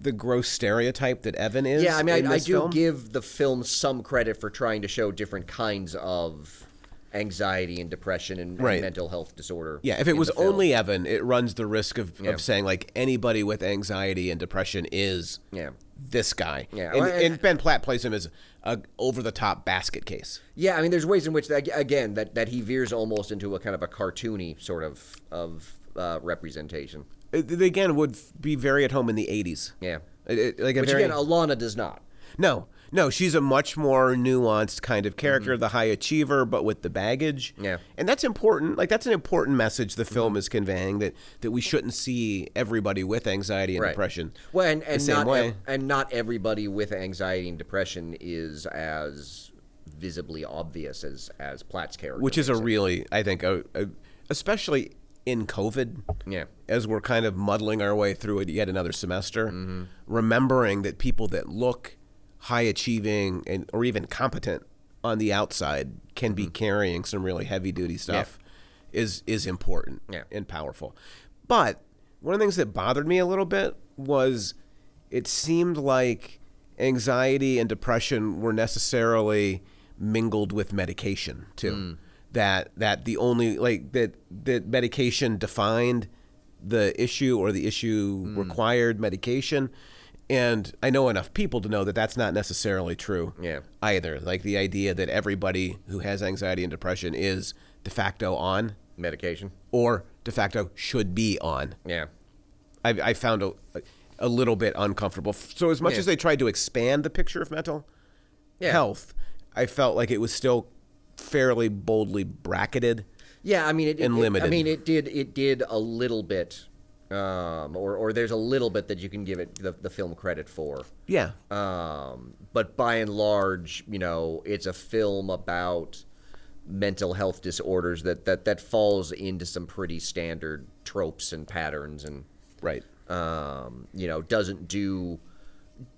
S2: the gross stereotype that Evan is.
S1: Yeah, I mean,
S2: in
S1: I, I
S2: this
S1: do
S2: film.
S1: give the film some credit for trying to show different kinds of anxiety and depression and, and
S2: Right.
S1: mental health disorder.
S2: Yeah, if it
S1: in
S2: was
S1: the film.
S2: only Evan, it runs the risk of,
S1: Yeah.
S2: of saying like anybody with anxiety and depression is
S1: Yeah.
S2: this guy.
S1: Yeah,
S2: and,
S1: well, I-
S2: and Ben Platt plays him as a over the top basket case.
S1: Yeah, I mean, there's ways in which that again that that he veers almost into a kind of a cartoony sort of of uh, representation.
S2: It- They again would f- be very at home in the '80s.
S1: Yeah.
S2: It- it- like a
S1: Which
S2: very,
S1: again, Alana does not.
S2: no, no, she's a much more nuanced kind of character, the high achiever, but with the baggage.
S1: Mm-hmm. Yeah. Mm-hmm.
S2: and that's important. Like that's an important message the film is conveying that that we shouldn't see everybody with anxiety and
S1: Right.
S2: depression.
S1: Well, and, and
S2: same
S1: not
S2: way.
S1: ev- and not everybody with anxiety and depression is as visibly obvious as as Platt's character,
S2: which is a
S1: makes it.
S2: really i think a, a, especially in covid
S1: Yeah.
S2: as we're kind of muddling our way through it yet another semester
S1: Mm-hmm.
S2: remembering that people that look high achieving and or even competent on the outside can
S1: Mm-hmm.
S2: be carrying some really heavy duty stuff is is important
S1: Yeah.
S2: and powerful but one of the things that bothered me a little bit was it seemed like anxiety and depression were necessarily mingled with medication too. That that the only like that that medication defined the issue or the issue required medication. And I know enough people to know that that's not necessarily true
S1: Yeah.
S2: either. Like the idea that everybody who has anxiety and depression is de facto on
S1: medication.
S2: or de facto should be on.
S1: Yeah,
S2: I, I found a, a little bit uncomfortable. So as much
S1: Yeah.
S2: as they tried to expand the picture of mental
S1: Yeah.
S2: health, I felt like it was still fairly boldly bracketed.
S1: yeah. I mean, it, it-
S2: And
S1: it- I
S2: limited.
S1: mean, it did it did a little bit, um, or or there's a little bit that you can give it the, the film credit for.
S2: Yeah.
S1: Um, but by and large, you know, it's a film about mental health disorders that, that, that falls into some pretty standard tropes and patterns and,
S2: Right.
S1: um, you know, doesn't do,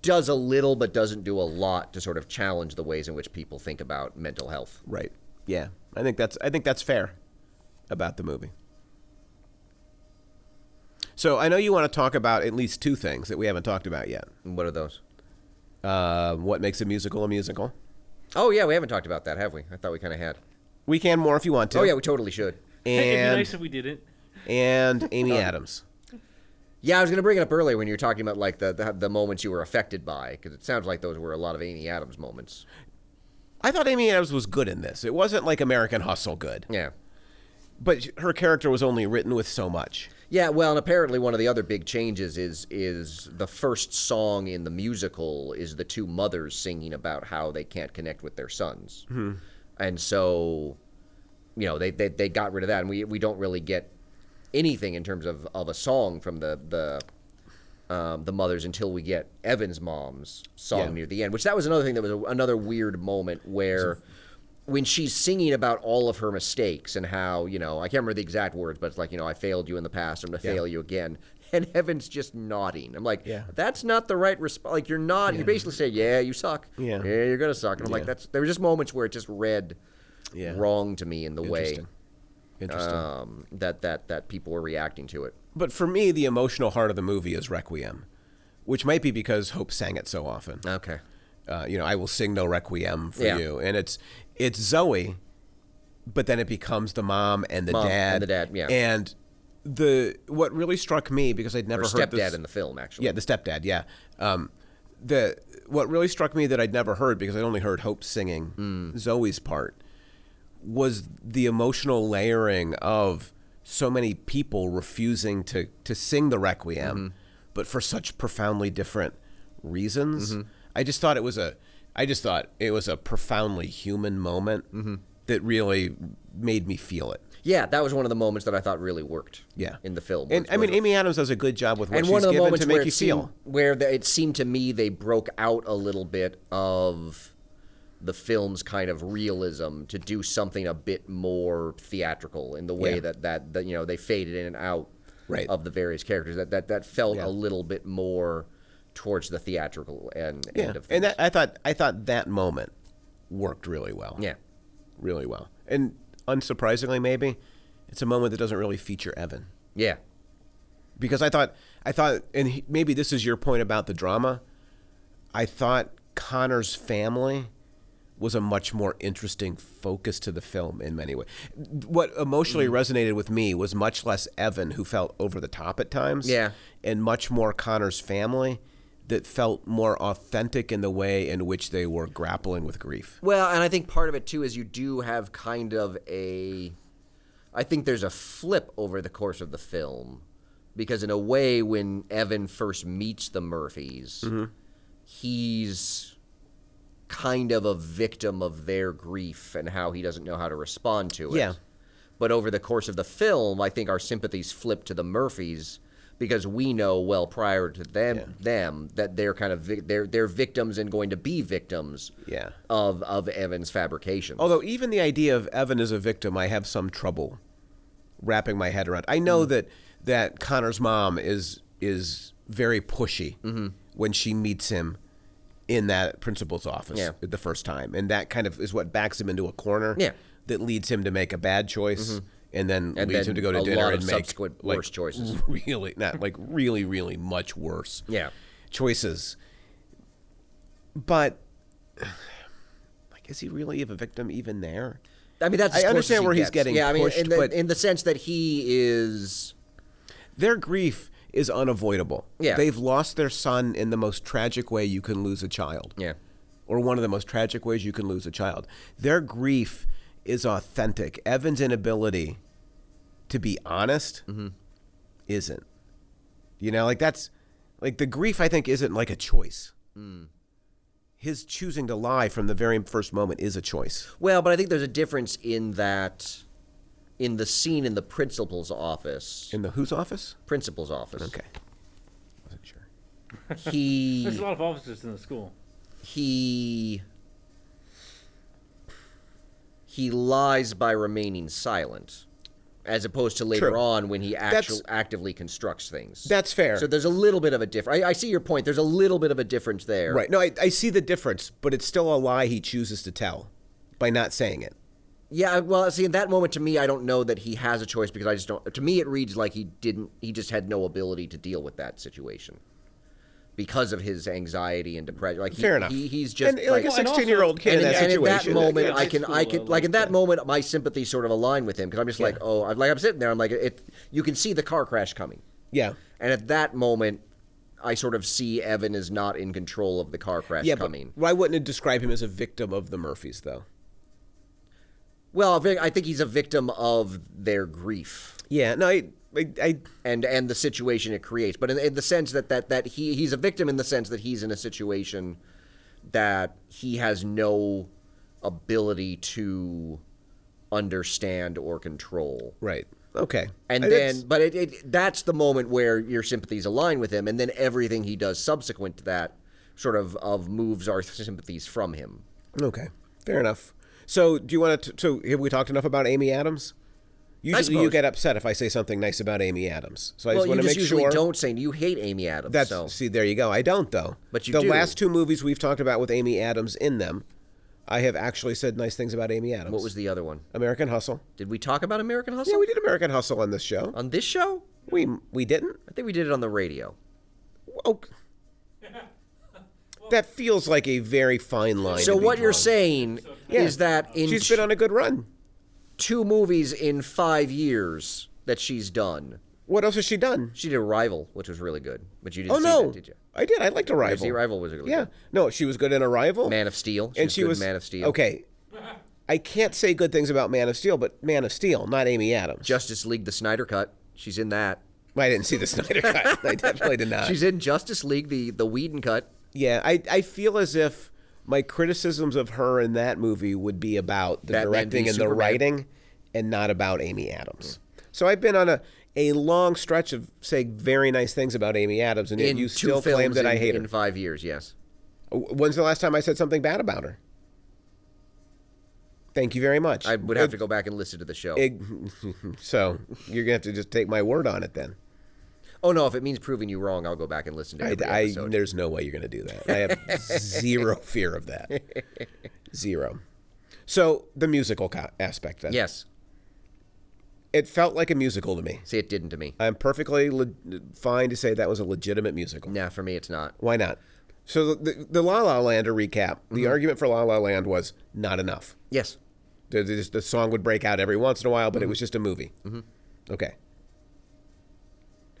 S1: does a little, but doesn't do a lot to sort of challenge the ways in which people think about mental health.
S2: Right. Yeah. I think that's I think that's fair about the movie. So I know you want to talk about at least two things that we haven't talked about yet.
S1: And what are those?
S2: Uh, what makes a musical a musical?
S1: Oh, yeah, we haven't talked about that, have we? I thought we kind of had.
S2: We can more if you want to.
S1: Oh, yeah, we totally should.
S3: It'd be
S2: And
S3: nice if we didn't.
S2: and Amy Adams.
S1: Yeah, I was going to bring it up earlier when you were talking about like the, the, the moments you were affected by, because it sounds like those were a lot of Amy Adams moments.
S2: I thought Amy Adams was good in this. It wasn't like American Hustle good,
S1: Yeah.
S2: but sh- her character was only written with so much.
S1: Yeah, well, and apparently one of the other big changes is is the first song in the musical is the two mothers singing about how they can't connect with their sons, and so, you know, they, they they got rid of that, and we we don't really get anything in terms of, of a song from the the um, the mothers until we get Evan's mom's song
S2: Yeah.
S1: near the end, which that was another thing that was a, another weird moment where. When she's singing about all of her mistakes and how, you know, I can't remember the exact words, but it's like, you know, I failed you in the past, I'm going to fail you again. And Evan's just nodding. I'm like,
S2: Yeah.
S1: that's not the right response. Like, you're not, you basically say, yeah, you suck.
S2: Yeah.
S1: Yeah, you're going to suck. And I'm like,
S2: Yeah.
S1: that's, there were just moments where it just read
S2: Yeah.
S1: wrong to me in the way
S2: Interesting. Interesting.
S1: um, that, that, that people were reacting to it.
S2: Uh, but for me, the emotional heart of the movie is Requiem, which might be because Hope sang it so often.
S1: Okay.
S2: Uh, you know, I will sing no Requiem for
S1: Yeah.
S2: you, and it's it's Zoe, but then it becomes the mom and the
S1: Mom and
S2: dad
S1: the dad, yeah.
S2: and the what really struck me because I'd never
S1: Or
S2: heard
S1: stepdad
S2: this,
S1: in the film, actually.
S2: Yeah, the stepdad. Yeah. Um, the what really struck me that I'd never heard because I'd only heard Hope singing
S1: Hmm.
S2: Zoe's part was the emotional layering of so many people refusing to to sing the requiem,
S1: Mm-hmm.
S2: but for such profoundly different reasons.
S1: Mm-hmm.
S2: I just thought it was a I just thought it was a profoundly human moment
S1: Mm-hmm.
S2: that really made me feel it.
S1: Yeah, that was one of the moments that I thought really worked.
S2: Yeah,
S1: in the film.
S2: and
S1: was-
S2: I mean,
S1: was-
S2: Amy Adams does a good job with what
S1: and
S2: she's
S1: one of the
S2: given
S1: moments
S2: to
S1: where
S2: make
S1: it
S2: you
S1: seemed,
S2: feel.
S1: where the, it seemed to me they broke out a little bit of the film's kind of realism to do something a bit more theatrical in the way
S2: Yeah.
S1: that, that that you know they faded in and out
S2: Right.
S1: of the various characters. That that that felt
S2: Yeah.
S1: a little bit more towards the theatrical end,
S2: Yeah,
S1: end of things.
S2: and that, I thought I thought that moment worked really well.
S1: yeah,
S2: really well. And unsurprisingly, maybe it's a moment that doesn't really feature Evan
S1: yeah,
S2: because I thought I thought, and he, maybe this is your point about the drama. I thought Connor's family was a much more interesting focus to the film in many ways. What emotionally resonated with me was much less Evan, who felt over the top at times,
S1: Yeah.
S2: and much more Connor's family that felt more authentic in the way in which they were grappling with grief.
S1: Well, and I think part of it too is you do have kind of a. I think there's a flip over the course of the film, because in a way, when Evan first meets the Murphys, he's kind of a victim of their grief and how he doesn't know how to respond to it.
S2: Yeah.
S1: But over the course of the film, I think our sympathies flip to the Murphys because we know well prior to them them that they're kind of vic- they're they're victims and going to be victims
S2: Yeah.
S1: of of Evan's fabrication.
S2: Although even the idea of Evan as a victim, I have some trouble wrapping my head around. I
S1: Mm-hmm.
S2: know that that Connor's mom is is very pushy
S1: Mm-hmm.
S2: when she meets him in that principal's office
S1: Yeah.
S2: the first time, and that kind of is what backs him into a corner.
S1: Yeah. Mm-hmm.
S2: that leads him to make a bad choice. And then
S1: And
S2: leads
S1: then
S2: him to go to
S1: a
S2: dinner
S1: lot
S2: and
S1: of
S2: make
S1: subsequent
S2: like,
S1: worse choices.
S2: Really, not like really, really much worse.
S1: Yeah.
S2: choices. But like, is he really a victim even there?
S1: I mean, that's as
S2: I
S1: close
S2: understand
S1: as he
S2: where he's
S1: gets.
S2: getting
S1: Yeah, I mean, in
S2: pushed,
S1: the,
S2: but-
S1: in the sense that he is.
S2: Their grief is unavoidable.
S1: Yeah.
S2: They've lost their son in the most tragic way you can lose a child.
S1: Yeah.
S2: Or one of the most tragic ways you can lose a child. Their grief is authentic. Evan's inability to be honest
S1: Mm-hmm.
S2: isn't. You know, like that's like the grief I think isn't like a choice.
S1: Mm.
S2: His choosing to lie from the very first moment is a choice.
S1: Well, but I think there's a difference in that, in the scene in the principal's office.
S2: In the whose office?
S1: principal's office.
S2: Okay. Wasn't sure.
S1: He
S3: There's a lot of officers in the school.
S1: he he lies by remaining silent as opposed to later
S2: True.
S1: on when he
S2: That's-
S1: actu- actively constructs things
S2: That's fair.
S1: so there's a little bit of a difference I, I see your point there's a little bit of a difference there
S2: Right. No, I, I see the difference, but it's still a lie he chooses to tell by not saying it.
S1: yeah well see in that moment to me i don't know that he has a choice because i just don't to me it reads like he didn't he just had no ability to deal with that situation because of his anxiety and depression like he,
S2: Fair enough.
S1: he, he's just
S2: And,
S1: like
S2: like, a
S3: and also-
S2: sixteen-year-old kid
S1: and,
S2: in
S1: in,
S2: that
S1: and in that
S2: situation.
S1: moment,
S3: Yeah,
S1: I
S3: high
S1: can,
S3: school,
S1: I
S3: uh,
S1: can, like in
S3: like
S1: that
S3: that.
S1: moment, my sympathy sort of aligned with him because I'm just like, oh, I'm like I'm sitting there, I'm like, it. You can see the car crash coming,
S2: Yeah.
S1: and at that moment, I sort of see Evan is not in control of the car crash
S2: Yeah. But
S1: coming.
S2: why wouldn't it describe him as a victim of the Murphys, though?
S1: well, I think- I think he's a victim of their grief
S2: Yeah. No, I, I, I
S1: and and the situation it creates, but in, in the sense that that that he he's a victim in the sense that he's in a situation that he has no ability to understand or control.
S2: right. Okay.
S1: And
S2: I- that's-
S1: then, but it, it that's the moment where your sympathies align with him, and then everything he does subsequent to that sort of of moves our sympathies from him.
S2: Okay. Fair enough. So, do you want to? So, have we talked enough about Amy Adams? Usually, you
S1: suppose.
S2: get upset if I say something nice about Amy Adams. So I
S1: Well,
S2: just
S1: you
S2: want to
S1: just
S2: make
S1: usually
S2: sure.
S1: don't say you hate Amy Adams.
S2: That's
S1: so.
S2: see, there you go. I don't though.
S1: But you
S2: the
S1: do.
S2: last two movies we've talked about with Amy Adams in them, I have actually said nice things about Amy Adams.
S1: What was the other one?
S2: American Hustle?
S1: Did we talk about American Hustle
S2: Yeah, we did American Hustle on this show.
S1: on this show?
S2: We we didn't.
S1: I think we did it on the radio.
S2: Oh, that feels like a very fine line.
S1: So
S2: to be
S1: what you're
S2: drawn.
S1: saying
S2: Yeah.
S1: is that in
S2: She's
S1: t-
S2: been on a good run.
S1: two movies in five years that she's done,
S2: What else has she done?
S1: she did Rival, which was really good, but you didn't
S2: Oh
S1: see
S2: no,
S1: that, did you?
S2: I did. I liked Arrival.
S1: See, Rival was really
S2: yeah,
S1: good.
S2: no, she was good in Arrival.
S1: Man of Steel, she
S2: and
S1: was
S2: she
S1: good in
S2: was
S1: Man of Steel.
S2: Okay, I can't say good things about Man of Steel, but Man of Steel, not Amy Adams.
S1: Justice League, the Snyder Cut. She's in that.
S2: I didn't see the Snyder Cut. I definitely did not.
S1: She's in Justice League, the the Whedon cut.
S2: yeah, I, I feel as if my criticisms of her in that movie would be about the
S1: Batman v
S2: directing and the
S1: Superman.
S2: writing and not about Amy Adams. So I've been on a, a long stretch of saying very nice things about Amy Adams, and yet
S1: In
S2: you
S1: two
S2: still
S1: films
S2: claim that I
S1: in-
S2: hate her.
S1: in five years. Yes.
S2: W- When's the last time I said something bad about her? Thank you very much.
S1: I would have to go back and listen to the show.
S2: Ig- so you're gonna have to just take my word on it then.
S1: oh no, if it means proving you wrong, I'll go back and listen to
S2: I,
S1: every
S2: I-
S1: episode.
S2: there's no way you're going to do that. I have zero fear of that. Zero. So the musical co- aspect then.
S1: yes.
S2: It felt like a musical to me.
S1: See, it didn't to me.
S2: I'm perfectly le- fine to say that was a legitimate musical.
S1: Nah, for me, it's not.
S2: Why not? So the, the, the La La Land, to recap,
S1: Mm-hmm.
S2: the argument for La La Land was not enough.
S1: Yes.
S2: The, the, the song would break out every once in a while, but it
S1: Mm-hmm.
S2: was just a movie. Okay.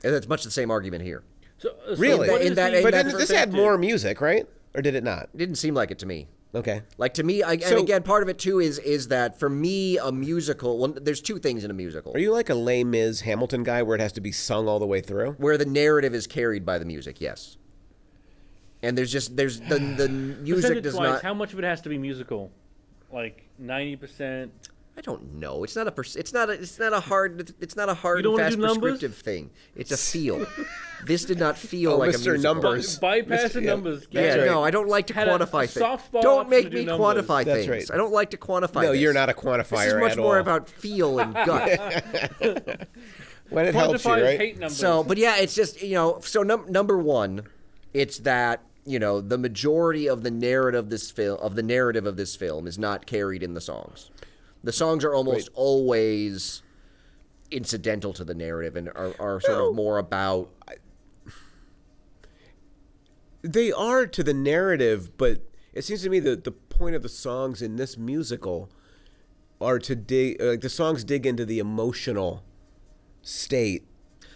S1: And it's much the same argument here.
S3: So, uh, so
S2: Really?
S3: what
S1: In
S3: is
S1: that-
S3: the-
S1: in
S2: But
S1: that-
S2: didn't, this had more music, right? Or did it not?
S1: It didn't seem like it to me.
S2: Okay.
S1: Like to me, I,
S2: So-
S1: and again, part of it too is is that for me, a musical. Well, there's two things in a musical
S2: Are you like a Les Mis Hamilton guy where it has to be sung all the way through?
S1: where the narrative is carried by the music. Yes. And there's just there's the the music does
S3: Percentage-wise,
S1: not.
S3: How much of it has to be musical? Like ninety percent.
S1: I don't know. It's not a. pers- It's not a. It's not a hard. It's not a hard
S3: You don't
S1: and
S3: wanna
S1: fast
S3: do numbers?
S1: prescriptive thing. It's a feel. this did not feel
S2: Oh,
S1: like a
S2: Mr.
S1: musical.
S2: Numbers.
S3: Bypass the
S2: yeah.
S3: numbers.
S1: Yeah,
S2: That's right.
S1: no, I don't like to
S3: Had a
S1: quantify things.
S3: softball
S1: Don't
S3: option
S1: make
S3: to
S1: me
S3: do numbers.
S1: quantify
S2: That's
S1: things.
S2: right.
S1: I don't like to quantify.
S2: No,
S1: this.
S2: you're not a
S1: This is
S2: quantifier
S1: much
S2: at
S1: more
S2: all.
S1: about feel and gut.
S2: when it helps you,
S3: Quantify
S2: right?
S3: hate numbers.
S1: so, but yeah, it's just you know. So num- number one, it's that you know the majority of the narrative this film of the narrative of this film is not carried in the songs. The songs are almost always incidental to the narrative and are, are sort
S2: Well,
S1: of more about
S2: They are to the narrative, but it seems to me that the point of the songs in this musical are to dig, uh, like the songs dig into the emotional state.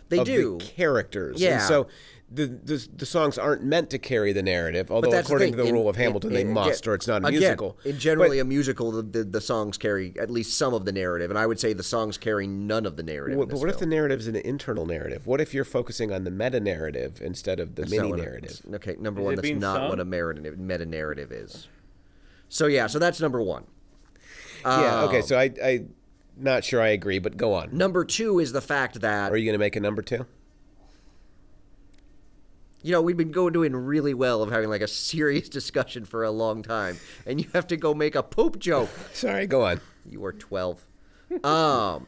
S1: They
S2: of the
S1: do.
S2: characters.
S1: Yeah.
S2: And so the, the the songs aren't meant to carry the narrative, although
S1: that's
S2: according
S1: thing.
S2: to the
S1: In-
S2: rule of Hamilton,
S1: in-
S2: they
S1: in-
S2: must, or it's not a
S1: again,
S2: musical.
S1: In generally a musical, the, the the songs carry at least some of the narrative, and I would say the songs carry none of the narrative.
S2: But, but what if the narrative is an internal narrative? What if you're focusing on the meta narrative instead of the mini narrative?
S1: Okay, number
S3: Is
S1: one,
S3: it
S1: that's
S3: being
S1: not
S3: sung?
S1: what a meta narrative is. So yeah, so that's number one.
S2: yeah.
S1: Um,
S2: Okay. So I I not sure I agree, but go on.
S1: Number two is the fact that
S2: Are you going to make a number two?
S1: you know we've been go doing really well of having like a serious discussion for a long time, and you have to go make a poop joke.
S2: Sorry. Go on.
S1: You are 12. um,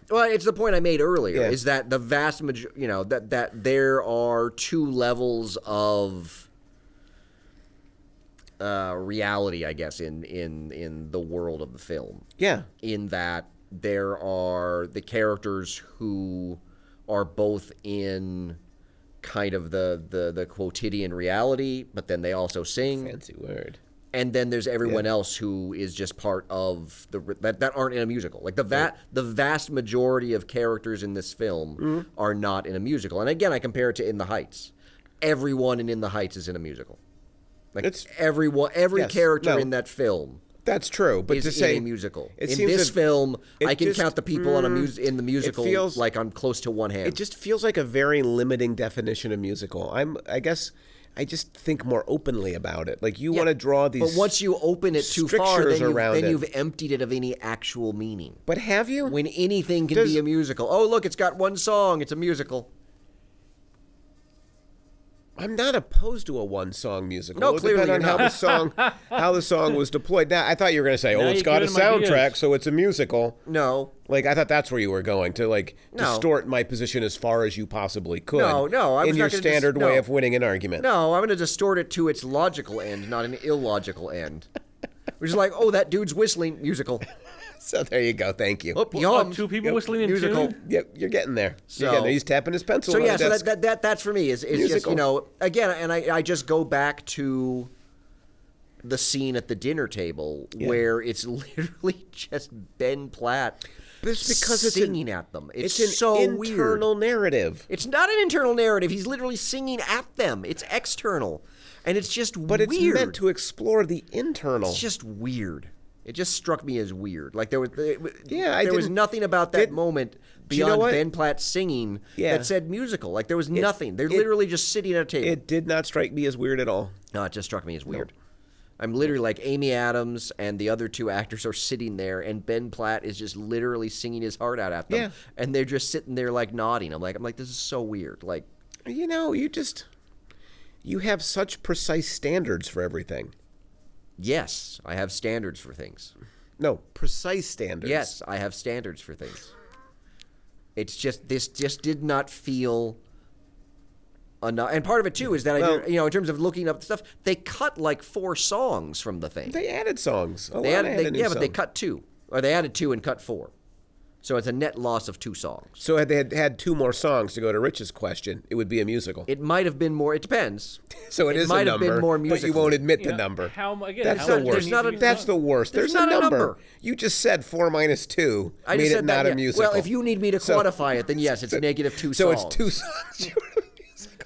S1: well, it's the point I made earlier
S2: Yeah.
S1: is that the vast majority, you know, that, that there are two levels of uh, reality, I guess, in, in, in the world of the film.
S2: Yeah.
S1: In that there are the characters who are both in kind of the, the, the quotidian reality, but then they also sing
S2: Fancy word.
S1: and then there's everyone else who is just part of the that, that aren't in a musical. Like the va- the vast majority of characters in this film
S2: Mm-hmm.
S1: are not in a musical. And again, I compare it to In the Heights. Everyone in In the Heights is in a musical. Like
S2: It's-
S1: everyone, every
S2: yes,
S1: character
S2: no.
S1: in that film
S2: That's true. But
S1: is
S2: to
S1: in
S2: say
S1: a musical.
S2: it
S1: in
S2: seems
S1: this
S2: that
S1: film,
S2: it
S1: I can
S2: just- mm,
S1: count the people on a mus- in the musical
S2: feels-
S1: like I'm close to one hand.
S2: It just feels like a very limiting definition of musical. I'm, I guess, I just think more openly about it. Like you want to draw these,
S1: but once you open it too far,
S2: strictures
S1: then, you've,
S2: around
S1: then
S2: it.
S1: you've emptied it of any actual meaning.
S2: but have you?
S1: when anything can
S2: Does-
S1: be a musical. Oh, look, it's got one song. It's a musical.
S2: I'm not opposed to a one-song musical.
S1: No,
S2: It would depend
S1: clearly
S2: on
S1: you're
S2: how the song, how the song was deployed. Now, I thought you were going to say, "Oh,
S3: Now
S2: it's
S3: you're
S2: got a
S3: giving 'em
S2: soundtrack,
S3: ideas.
S2: so it's a musical."
S1: No,
S2: Like I thought that's where you were going to like
S1: No.
S2: distort my position as far as you possibly could.
S1: No, no, I was
S2: in
S1: not gonna
S2: your
S1: dis-
S2: standard way
S1: no.
S2: of winning an argument.
S1: no, I'm going to distort it to its logical end, not an illogical end. Which is like, oh, that dude's whistling musical.
S2: So there you go. Thank you.
S1: Oop,
S3: Oh,
S1: yum.
S3: two people whistling in
S1: musical.
S3: tune.
S2: Yep, you're getting there.
S1: So-
S2: you're getting there. He's tapping his pencil.
S1: So
S2: on
S1: yeah,
S2: his
S1: so
S2: desk.
S1: that, that that that's for me is is just
S2: Musical.
S1: you know again, and I I just go back to the scene at the dinner table where it's literally just Ben Platt
S2: But it's because it's an-
S1: singing at them. It's,
S2: It's an
S1: so weird.
S2: internal narrative.
S1: It's not an internal narrative. He's literally singing at them. It's external, and it's just
S2: But it's
S1: weird.
S2: meant to explore the internal.
S1: It's just weird. It just struck me as weird. Like there was there,
S2: Yeah, I
S1: there was
S2: didn't-
S1: nothing about that
S2: did-
S1: moment
S2: Do you know
S1: beyond
S2: what?
S1: Ben Platt singing
S2: Yeah.
S1: that said musical. Like there was nothing. They're
S2: it-
S1: literally just sitting at a table.
S2: it did not strike me as weird at all.
S1: no, it just struck me as weird. I'm literally like Amy Adams and the other two actors are sitting there, and Ben Platt is just literally singing his heart out at them,
S2: Yeah.
S1: and they're just sitting there like nodding. I'm like, I'm like, this is so weird. Like,
S2: You know, you just you have such precise standards for everything.
S1: yes, I have standards for things.
S2: No, precise standards.
S1: Yes, I have standards for things. It's just this just did not feel enough. And part of it too is that I,
S2: Well-
S1: did- you know, in terms of looking up the stuff, they cut like four songs from the thing.
S2: They added songs. A
S1: They
S2: lot
S1: added, they,
S2: a new
S1: yeah, but they
S2: song.
S1: cut two, or they added two and cut four. So it's a net loss of two songs.
S2: So had they had, had two more songs to go to Rich's question, it would be a musical.
S1: It might have been more. It depends.
S2: so it is
S1: might
S2: a
S1: have been
S2: number,
S1: more
S2: but you
S1: musical.
S2: won't admit
S3: You
S2: the
S3: know,
S2: number.
S3: how m- again,
S2: That's
S3: how
S2: the
S3: much
S2: worst.
S1: does it need to be
S2: That's
S3: done?
S2: the worst.
S1: There's
S2: There's,
S1: not
S2: a
S1: a
S2: number.
S1: number.
S2: You just said four minus two
S1: I
S2: made
S1: just
S2: it
S1: said
S2: not
S1: that,
S2: a
S1: yeah.
S2: musical.
S1: Well, if you need me to
S2: So-
S1: quantify it, then yes, it's negative two
S2: so
S1: songs.
S2: it's two songs.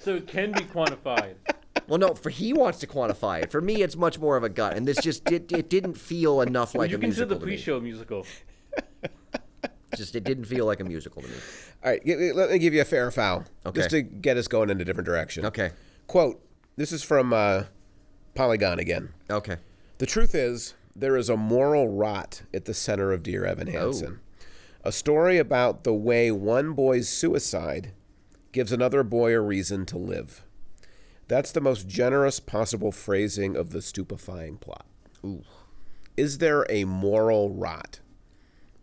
S3: So it can be quantified.
S1: Well, no, for he wants to quantify it. For me, it's much more of a gut, and this just did, it didn't feel enough like
S3: you
S1: a
S3: consider
S1: musical
S3: the
S1: to me.
S3: pre-show musical.
S1: Just it didn't feel like a musical to me.
S2: All right, gi- let me give you a fair foul.
S1: Okay.
S2: Just to get us going in a different direction.
S1: Okay.
S2: Quote This is from uh, Polygon again.
S1: Okay.
S2: The truth is, there is a moral rot at the center of Dear Evan Hansen. A story about the way one boy's suicide gives another boy a reason to live. That's the most generous possible phrasing of the stupefying plot.
S1: Ooh.
S2: Is there a moral rot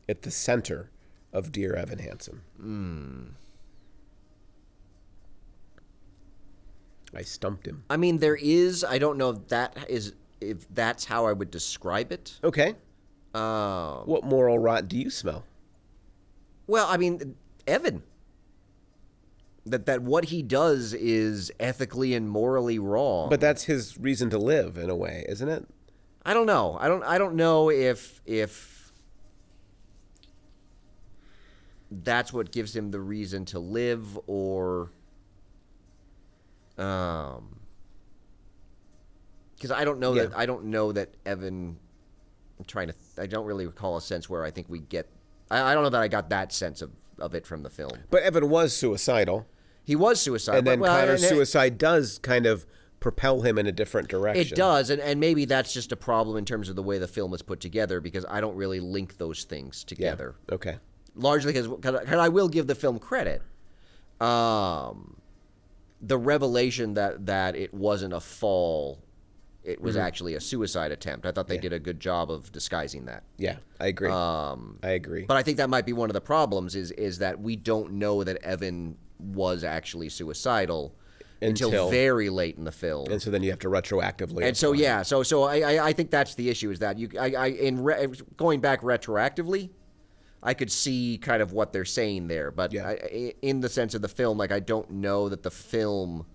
S2: at the center of Dear Evan Hansen? I stumped him.
S1: I mean, there is. I don't know. If that is if that's how I would describe it.
S2: Okay.
S1: Um,
S2: What moral rot do you smell?
S1: well, I mean, Evan. That that what he does is ethically and morally wrong.
S2: But that's his reason to live, in a way, isn't it?
S1: I don't know. I don't. I don't know if if that's what gives him the reason to live, or um, because I don't know that
S2: Yeah.
S1: I don't know that Evan. I'm trying to. I don't really recall a sense where I think we get. I, I don't know that I got that sense of of it from the film.
S2: But Evan was suicidal,
S1: He was suicidal,
S2: and then
S1: but, Uh, well,
S2: Connor's
S1: and it-
S2: suicide does kind of propel him in a different direction.
S1: It does, and, and maybe that's just a problem in terms of the way the film is put together because I don't really link those things
S2: Yeah.
S1: together.
S2: Okay.
S1: Largely because I will give the film credit. Um, the revelation that, that it wasn't a fall, it was
S2: Mm-hmm.
S1: actually a suicide attempt. I thought they did a good job of disguising that.
S2: Yeah, I agree. Um, I agree.
S1: But I think that might be one of the problems is is that we don't know that Evan was actually suicidal until,
S2: Until-
S1: very late in the film.
S2: and so then you have to retroactively.
S1: And so
S2: apply.
S1: yeah, so so I, I I think that's the issue is that you I, I in re, going back retroactively, I could see kind of what they're saying there, but
S2: Yeah.
S1: I, I- in the sense of the film, like I don't know that the film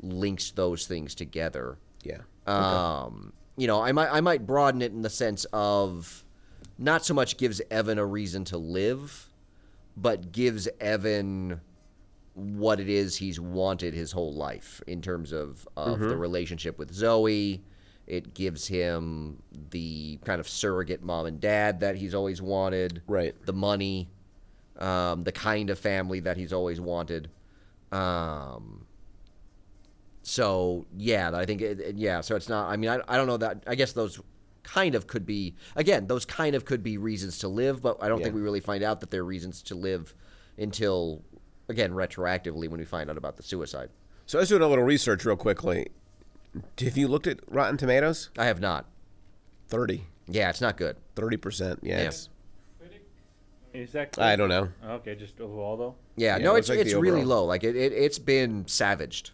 S1: links those things together.
S2: yeah,
S1: Um, you know, I might I might broaden it in the sense of not so much gives Evan a reason to live, but gives Evan what it is he's wanted his whole life in terms of of the relationship with Zoe. It gives him the kind of surrogate mom and dad that he's always wanted,
S2: Right.
S1: The money, um, the kind of family that he's always wanted. Um, so yeah, I think it, it- yeah. So it's not. I mean, I, I don't know that. I guess those kind of could be again. Those kind of could be reasons to live, but I don't think
S2: Yeah.
S1: we really find out that they're reasons to live until again retroactively when we find out about the suicide.
S2: So I was doing a little research real quickly. Have you looked at Rotten Tomatoes?
S1: I have not.
S2: 30
S1: Yeah, it's not good.
S2: percent. Yeah. it's-
S3: Is that?
S2: I don't know.
S3: Okay, just overall though.
S1: Yeah,
S2: Yeah,
S1: no,
S2: it
S1: it's
S2: looks like
S1: it's
S2: the
S1: really
S2: overall-
S1: low. Like it, it it's been savaged.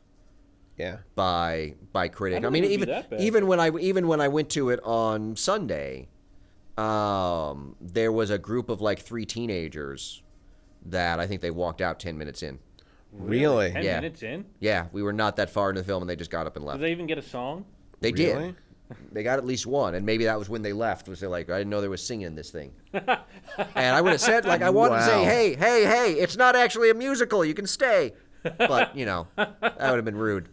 S2: Yeah.
S1: by by critic.
S3: I
S1: I,
S3: don't
S1: mean,
S3: think it'd be
S1: even
S3: that bad.
S1: even when I even when I went to it on Sunday, um, there was a group of like three teenagers that I think they walked out ten minutes in.
S2: Really?
S3: Ten
S1: Yeah.
S3: minutes in?
S1: Yeah, we were not that far in the film, and they just got up and
S3: Did
S1: left.
S3: they even get a song?
S1: They
S2: Really?
S1: did. They got at least one, and maybe that was when they left. Was they like, I didn't know there was singing in this thing. and I would have said, like, I wanted to say,
S2: Wow.
S1: hey, hey, hey, it's not actually a musical. You can stay. But you know, that would have been rude.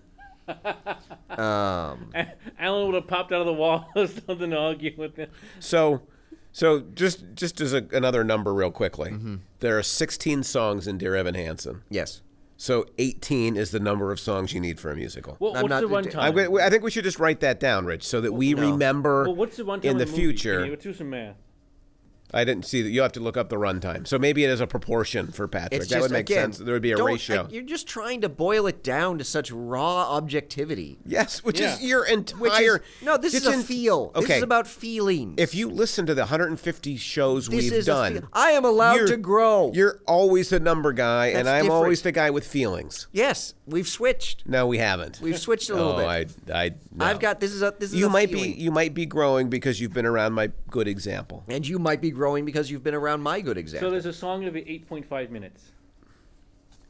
S1: Um,
S3: Alan would have popped out of the wall or something to argue with him.
S2: So, so just just as a, another number, real quickly,
S1: Mm-hmm.
S2: there are 16 songs in Dear Evan Hansen.
S1: yes.
S2: So 18 is the number of songs you need for a musical.
S3: What,
S1: I'm
S3: what's
S1: not-
S3: the
S1: I-
S3: runtime?
S2: I, w- I think we should just write that down, Rich, so that we
S1: No.
S2: remember
S3: well, what's the runtime
S2: in
S3: of
S2: the
S3: movie? Can you
S2: future.
S3: do some math?
S2: I didn't see that. You have to look up the runtime. So maybe it is a proportion for Patrick.
S1: It's
S2: that
S1: just,
S2: would make
S1: again,
S2: sense. There would be a
S1: don't-
S2: ratio.
S1: I- you're just trying to boil it down to such raw objectivity.
S2: yes, which is
S3: Yeah.
S2: your
S1: Which is-
S2: entire.
S1: no, this is
S2: it's
S1: a
S2: in-
S1: feel.
S2: Okay.
S1: This is about feeling.
S2: if you listen to the 150 shows
S1: this
S2: we've
S1: is a
S2: done,
S1: feel- I am allowed
S2: you're-
S1: to grow.
S2: You're always the number guy,
S1: That's
S2: and I'm
S1: different.
S2: always the guy with feelings.
S1: yes, we've switched.
S2: No, we haven't.
S1: We've switched a little
S2: oh,
S1: bit.
S2: I, I, no.
S1: I've got this is a this is
S2: You
S1: a
S2: might
S1: feeling.
S2: be, you might be growing because you've been around my good example.
S1: and you might be growing because you've been around my good
S3: So
S1: example.
S3: there's a song every 8.5 minutes.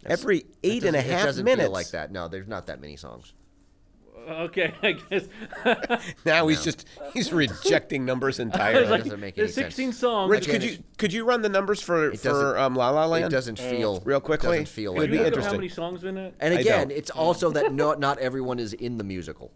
S2: Every
S1: It
S2: eight and a
S1: doesn't-
S2: half
S1: it doesn't
S2: minutes.
S1: feel like that. No, there's not that many songs.
S3: Uh, Okay, I guess.
S2: Now he's just he's rejecting numbers
S3: I was
S2: entirely.
S1: doesn't
S3: like,
S1: make any
S3: there's
S1: sense.
S3: 16 songs.
S2: Rich,
S1: Again,
S2: could you
S1: it's-
S2: could you run the numbers for
S1: doesn't-
S2: for um, La La Land?
S1: It doesn't feel
S2: real quickly,
S1: Doesn't feel
S2: it
S1: like
S2: would
S3: Do
S2: be
S3: you
S1: that.
S3: know how
S2: interesting.
S3: many songs in it?
S1: And
S2: I
S1: again,
S2: don't.
S1: it's also that not not everyone is in the musical.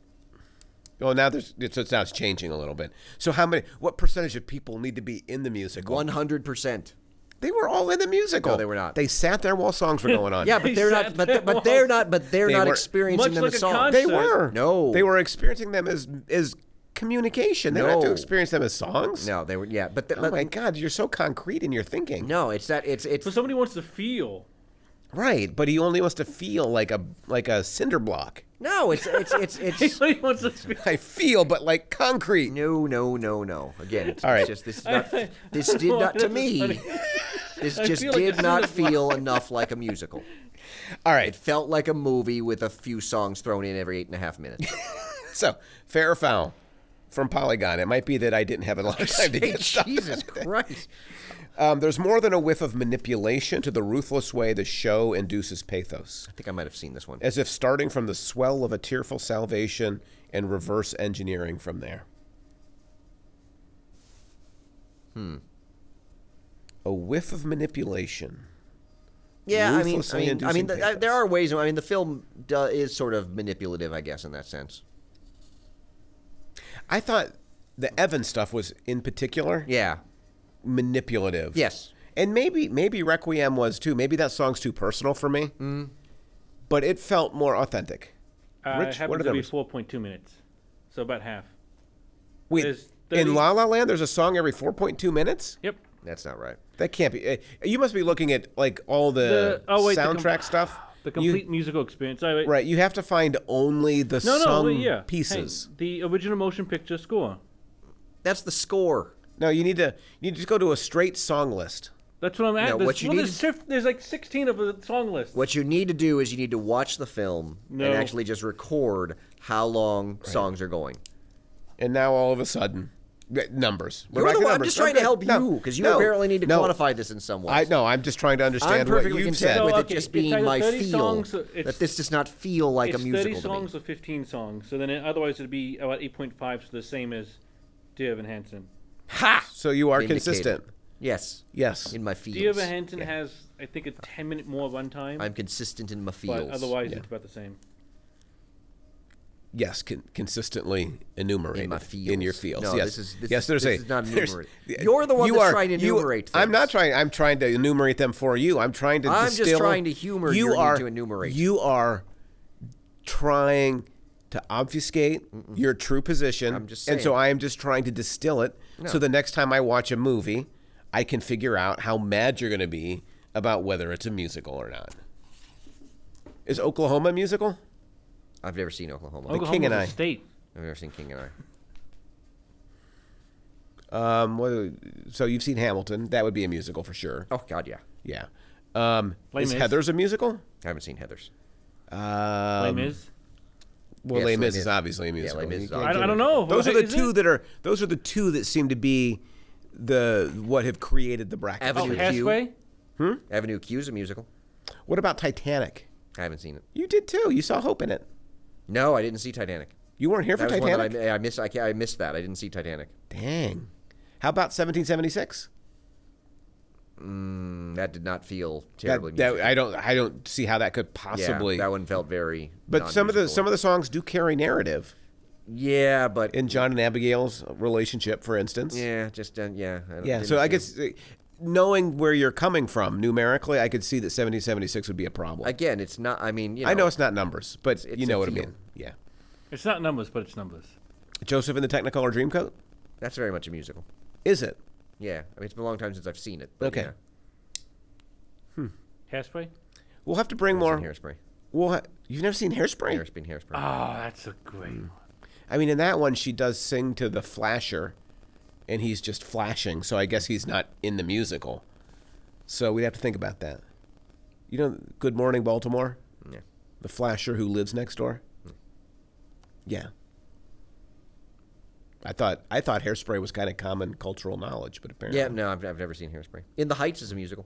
S2: Well, now there's it's, it's now it's changing a little bit. So how many? What percentage of people need to be in the musical?
S1: One hundred percent.
S2: They were all in the musical.
S1: No, they were not.
S2: They sat there while songs were going on.
S1: Yeah, but
S3: He
S1: they're
S3: sat
S1: not. But
S3: there
S1: th- but they're
S3: while-
S1: not. But they're
S2: They
S1: not
S2: were-
S1: experiencing
S3: Much
S1: them
S3: like a
S1: as songs.
S2: they
S3: concert.
S2: were.
S1: No.
S2: they were experiencing them as as communication. They don't have
S1: No.
S2: to experience them as songs.
S1: No, they were. Yeah, but, th-
S2: Oh
S1: but
S2: my God, you're so concrete in your thinking.
S1: no, it's that. It's it's
S3: So somebody wants to feel.
S2: Right, but he only wants to feel like a like a cinder block.
S1: no. It's it's it's it's.
S3: Somebody wants to feel.
S2: I feel, but like concrete.
S1: No, no, no, no. Again, it's,
S2: All right.
S1: it's just this is not.
S3: I-
S1: This did
S3: Well,
S1: not
S3: this
S1: to
S3: is
S1: me. This
S3: I
S1: just
S3: feel like
S1: did
S3: it's
S1: not
S3: in the blood.
S1: feel enough like a musical.
S2: All
S1: It
S2: right,
S1: felt like a movie with a few songs thrown in every eight and a half minutes.
S2: so fair or foul from Polygon. It might be that I didn't have a lot of time to get stuff.
S1: Jesus Christ.
S2: Um, there's more than a whiff of manipulation to the ruthless way the show induces pathos.
S1: I think I might have seen this one.
S2: as if starting from the swell of a tearful salvation and reverse engineering from there. Hmm. A whiff of manipulation.
S1: Yeah, I mean, I
S2: ruthlessly
S1: mean, I mean,
S2: inducing
S1: th- I- there
S2: pathos.
S1: are ways. I mean, the film do, is sort of manipulative, I guess, in that sense.
S2: I thought the Evan stuff was in particular
S1: Yeah,
S2: manipulative.
S1: Yes.
S2: And maybe maybe Requiem was too. Maybe that song's too personal for me.
S1: Mm.
S2: But it felt more authentic.
S3: Uh, it
S2: Rich,
S3: happens
S2: what are
S3: to be
S2: those?
S3: 4.2 minutes, so about half.
S2: Wait,
S3: there's 30
S2: in La La Land, there's a song every 4.2 minutes?
S3: Yep.
S1: that's not right.
S2: That can't be. Uh, you must be looking at like all the,
S3: The- oh, wait, the com-
S2: soundtrack stuff.
S3: The
S2: You-
S3: complete musical experience. I,
S2: right, you have to find only the
S3: No, no,
S2: sung
S3: wait, yeah. Hey,
S2: pieces.
S3: the original motion picture score.
S1: That's the score.
S2: No, you need to you need to go to a straight song list.
S3: That's what I'm at.
S1: No,
S3: there's,
S1: what you
S3: well,
S1: need
S3: there's, fif- there's like 16 of the song list.
S1: What you need to do is you need to watch the film
S3: No.
S1: and actually just record how long songs are going.
S2: And now all of a sudden, yeah, numbers. We're
S1: You're
S2: back
S1: the
S2: to
S1: one- I'm
S2: numbers.
S1: just trying
S2: Okay,
S1: to help
S2: no,
S1: you because you
S2: no,
S1: apparently need to
S2: no.
S1: quantify this in some way.
S2: I no, I'm just trying to
S1: I'm
S2: understand what
S1: perfectly
S2: you
S1: content
S2: said.
S1: with
S3: So,
S1: it
S3: okay,
S1: just
S3: it's
S1: being
S3: either
S1: my
S3: 30
S1: feel
S3: songs, uh, it's-
S1: that this does not feel like
S3: it's
S1: a musical.
S3: 30 songs
S1: to me.
S3: or 15 songs, so then it, otherwise it'd be about 8.5, so the same as Dear Evan Hansen.
S1: Ha!
S2: So you are
S1: Vindicated.
S2: consistent.
S1: Yes,
S2: Yes.
S1: in my
S3: Dear
S1: feels.
S3: Evan Hansen has, I think, a 10 minute more runtime,
S1: I'm consistent in my feels.
S3: but otherwise
S2: yeah.
S3: it's about the same.
S2: Yes, con- consistently enumerate
S1: In my
S2: in your
S1: feels.
S2: fields.
S1: No,
S2: yes,
S1: this is- this
S2: yes.
S1: is-
S2: There's
S1: this
S2: a
S1: is not
S2: there's-
S1: enumerate.
S2: y-
S1: You're the one
S2: you
S1: that's
S2: are-
S1: trying to
S2: you-
S1: enumerate
S2: I'm not
S1: things.
S2: trying. I'm trying to enumerate them for you. I'm trying to.
S1: I'm just
S2: distill-
S1: trying to humor
S2: you
S1: your need
S2: are,
S1: to enumerate.
S2: You are trying to obfuscate your true position.
S1: I'm just
S2: and so
S1: saying.
S2: I am just trying to distill it. So the next time I watch a movie, I can figure out how mad you're going to be about whether it's a musical or not. Is Oklahoma a musical?
S1: I've never seen Oklahoma.
S3: Oklahoma's
S2: King and
S3: a
S2: I.
S3: State.
S1: I've never seen King and I.
S2: Um, what, so you've seen Hamilton. That would be a musical for sure.
S1: Oh God, yeah.
S2: Yeah. Um,
S3: Les
S2: is
S3: Mis.
S2: Heather's a musical?
S1: I haven't seen Heather's.
S3: Lame
S2: Um,
S3: is.
S2: well,
S1: Yes,
S2: Les
S1: Les
S2: Mis
S1: Mis.
S2: is obviously a musical.
S1: Les Mis
S2: You
S1: is
S2: can't
S1: obvious.
S3: I,
S2: get
S3: I
S2: it.
S3: don't know.
S2: Those are the
S3: Is it?
S2: two that are. Those are the two that seem to be the what have created the bracket.
S1: Avenue
S3: Oh,
S1: Q.
S3: Hathaway?
S1: Avenue Q's a musical.
S2: Oh, What about Titanic?
S1: I haven't seen it.
S2: You did too. You saw hope in it.
S1: No, I didn't see Titanic.
S2: You weren't here for
S1: That was one
S2: Titanic.
S1: that I, I missed. I, ca- I missed that. I didn't see Titanic.
S2: Dang. How about 1776?
S1: Mm, that did not feel
S2: That,
S1: terribly.
S2: that-
S1: musical.
S2: I don't. I don't see how that could
S1: yeah,
S2: possibly.
S1: that one felt very.
S2: but some of the some of the songs do carry narrative
S1: Yeah, but
S2: in John and Abigail's relationship, for instance.
S1: yeah, just uh, yeah. I don't-
S2: Yeah,
S1: didn't
S2: so I
S1: feel-
S2: guess uh, knowing where you're coming from numerically, I could see that 1776 would be a problem. I,
S1: again, it's not. I mean, you know,
S2: know it's not numbers, but
S1: it's
S2: you
S1: a
S2: know what I
S1: feel.
S2: mean. Yeah.
S3: It's not numbers, but it's numbers.
S2: Joseph in the Technicolor Dreamcoat?
S1: that's very much a musical.
S2: Is it?
S1: Yeah, I mean, it's been a long time since I've seen it. But
S2: Okay.
S1: yeah,
S3: Hairspray?
S2: We'll have to bring
S1: it's in
S2: more.
S1: Hairspray.
S2: We'll ha- You've never seen Hairspray?
S1: Hairspray, been Hairspray.
S2: Ah.
S3: Oh, that's a great
S2: Mm.
S3: one.
S2: I mean, in that one, she does sing to the flasher, and he's just flashing, so I guess he's not in the musical. So we'd have to think about that. You know, Good Morning Baltimore?
S1: Yeah.
S2: The flasher who lives next door? Yeah. I thought I thought hairspray was kind of common cultural knowledge, but apparently,
S1: Yeah, no, I've, I've never seen Hairspray. In the Heights is a musical.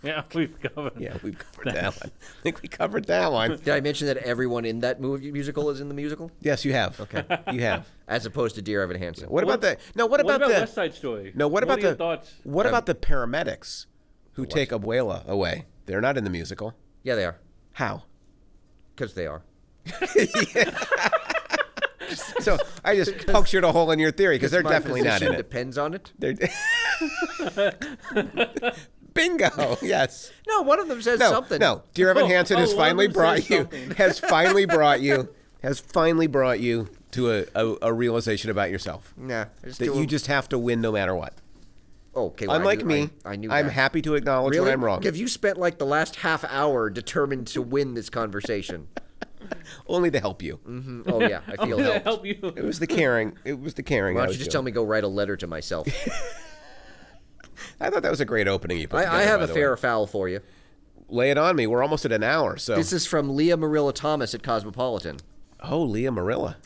S3: Yeah, we've covered.
S2: yeah, we've covered that one. I think we covered that one.
S1: Did I mention that everyone in that movie musical is in the musical,
S2: Yes, you have. Okay, you have.
S1: as opposed to Dear Evan Hansen?
S2: What about that? No, what,
S3: What about,
S2: the?
S3: West Side Story?
S2: No, what about
S3: are your
S2: the?
S3: thoughts?
S2: What
S1: Um,
S2: about the paramedics who take Abuela away? They're not in the musical.
S1: Yeah, they are,
S2: How?
S1: because they are.
S2: So I just punctured a hole in your theory because they're
S1: My
S2: definitely not
S1: position
S2: in it.
S1: Depends on it.
S2: They're Bingo! Yes.
S1: No, one of them says
S2: No.
S1: something.
S2: No. Dear Evan
S3: Oh,
S2: Hansen
S3: oh,
S2: has
S3: one of
S2: finally
S3: them says
S2: brought you.
S3: something.
S2: Has finally brought you. Has finally brought you to a, a, a realization about yourself
S1: nah. I just
S2: that
S1: do
S2: you
S1: a-
S2: just have to win no matter what.
S1: okay. well, I
S2: Unlike
S1: knew-
S2: me,
S1: I, I knew.
S2: am
S1: that.
S2: happy to acknowledge
S1: Really?
S2: when I'm wrong.
S1: Have you spent like the last half hour determined to win this conversation?
S2: Only to help you.
S1: Mhm. oh yeah, I feel
S3: Did I
S1: helped.
S3: help you?
S2: It was the caring. It was the caring.
S1: Why
S2: I
S1: don't you
S2: was
S1: just tell me
S2: doing.
S1: to go write a letter to myself?
S2: I thought that was a great opening. You put
S1: I, I
S2: together,
S1: have
S2: by
S1: a
S2: the
S1: fair
S2: way. Oh.
S1: or foul for you.
S2: Lay it on me. We're almost at an hour. So
S1: This is from Leah Marilla Thomas at Cosmopolitan.
S2: oh, Leah Marilla.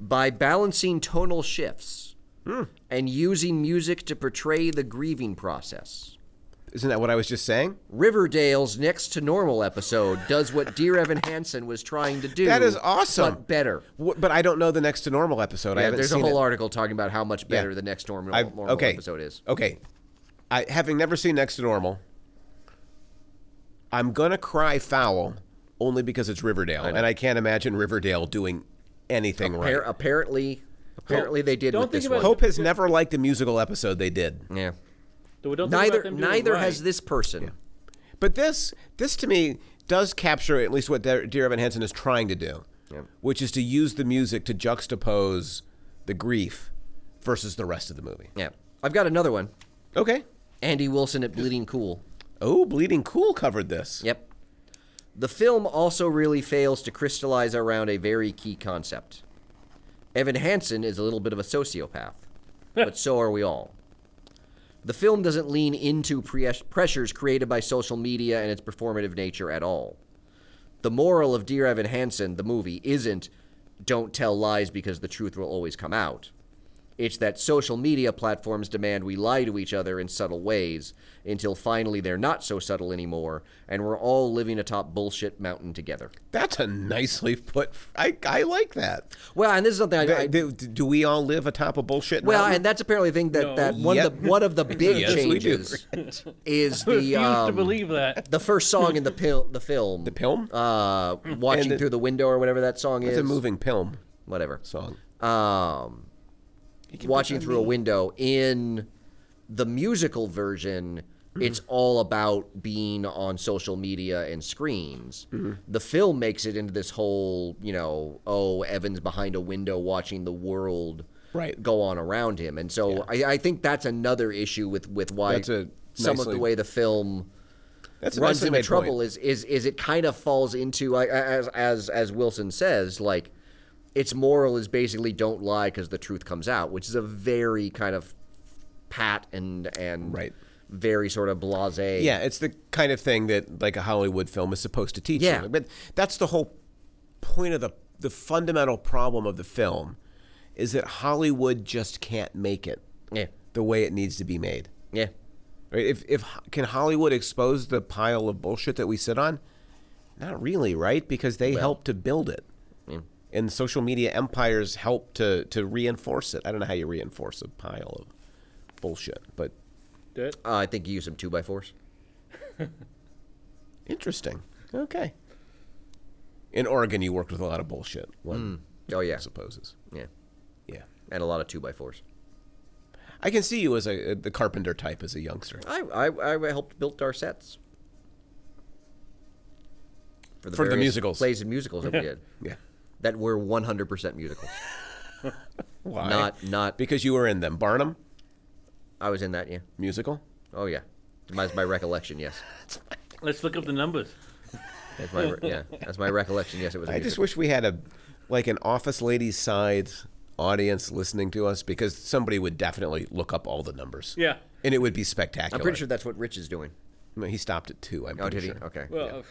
S1: By balancing tonal shifts
S2: Hmm.
S1: and using music to portray the grieving process,
S2: Isn't that what I was just saying?
S1: Riverdale's Next to Normal episode does what Dear Evan Hansen was trying to do.
S2: That is awesome.
S1: But better.
S2: Wh- But I don't know the next to normal episode. I
S1: Yeah,
S2: haven't
S1: there's a
S2: seen
S1: whole
S2: it.
S1: article talking about how much better the Next Normal,
S2: I've-
S1: normal
S2: okay.
S1: episode is.
S2: Okay, I having never seen next to normal. I'm gonna cry foul only because it's Riverdale, and I can't imagine Riverdale doing anything
S1: Appar-
S2: right.
S1: Apparently, apparently they did
S3: Don't
S1: with
S3: think
S1: this
S3: about-
S1: one.
S2: Hope has never liked a musical episode they did.
S1: Yeah.
S3: Don't think about
S1: Neither
S3: them doing it
S1: neither
S3: right.
S1: has this person.
S2: But this, this to me does capture at least what De- Dear Evan Hansen is trying to do, which is to use the music to juxtapose the grief versus the rest of the movie.
S1: Yeah. I've got another one.
S2: Okay.
S1: Andy Wilson at Bleeding Cool.
S2: Oh, Bleeding Cool covered this.
S1: Yep. The film also really fails to crystallize around a very key concept. Evan Hansen is a little bit of a sociopath, but so are we all. The film doesn't lean into pre- pressures created by social media and its performative nature at all. The moral of Dear Evan Hansen, the movie, isn't don't tell lies because the truth will always come out. It's that social media platforms demand we lie to each other in subtle ways until finally they're not so subtle anymore and we're all living atop bullshit mountain together.
S2: That's a nicely put. I, I like that.
S1: Well, and this is something I, I-
S2: do, do we all live atop a bullshit?
S1: well,
S2: mountain?
S1: and that's apparently the thing that,
S3: No.
S1: that one of
S2: Yep.
S1: the one of the big
S2: Yes, we do.
S1: changes is
S3: I refuse
S1: the
S3: to
S1: um,
S3: believe that.
S1: the first song in the pil- the film the
S2: film?
S1: uh, watching
S2: the-
S1: through the window or whatever that song
S2: it's
S1: is
S2: a moving film
S1: whatever
S2: song.
S1: um, watching through a window in the musical version
S2: Mm-hmm.
S1: it's all about being on social media and screens
S2: Mm-hmm.
S1: the film makes it into this whole you know oh evan's behind a window watching the world
S2: Right.
S1: go on around him and so I, I think that's another issue with with why
S2: That's a
S1: some of
S2: nicely-
S1: the way the film
S2: That's a
S1: runs
S2: nicely
S1: into
S2: made
S1: trouble
S2: Point.
S1: is is is it kind of falls into I- I- as as as Wilson says like its moral is basically don't lie because the truth comes out, which is a very kind of pat and and
S2: Right.
S1: very sort of blasé.
S2: Yeah, it's the kind of thing that like a Hollywood film is supposed to teach
S1: Yeah.
S2: you. But that's the whole point of the the fundamental problem of the film is that Hollywood just can't make it
S1: yeah,
S2: the way it needs to be made.
S1: yeah.
S2: Right? If if can Hollywood expose the pile of bullshit that we sit on? Not really, right? Because they help to build it. And social media empires help to to reinforce it. I don't know how you reinforce a pile of bullshit, but
S3: That-
S1: Uh, I think you use some two by fours.
S2: interesting. Okay. In Oregon, you worked with a lot of bullshit. One
S1: Oh yeah,
S2: supposes.
S1: yeah,
S2: Hmm. Yeah.
S1: and a lot of two by fours.
S2: I can see you as a the carpenter type as a youngster.
S1: I I, I helped build our sets
S2: For the
S1: various
S2: musicals.
S1: plays and musicals that we did
S2: Yeah.
S1: that were 100% musicals.
S2: Why?
S1: Not not
S2: because you were in them. Barnum
S1: I was in that, yeah.
S2: musical.
S1: Oh yeah, that's my recollection. Yes,
S3: Let's look up the numbers.
S1: that's my re- yeah, that's my recollection. Yes, it was. a
S2: I just
S1: musical.
S2: wish we had a like an office ladies side audience listening to us because somebody would definitely look up all the numbers.
S3: Yeah.
S2: And it would be spectacular.
S1: I'm pretty sure that's what Rich is doing.
S2: sure he stopped at two. I'm
S1: Oh,
S2: pretty
S1: did he?
S2: sure.
S1: Okay.
S3: Well,
S1: yeah.
S3: uh,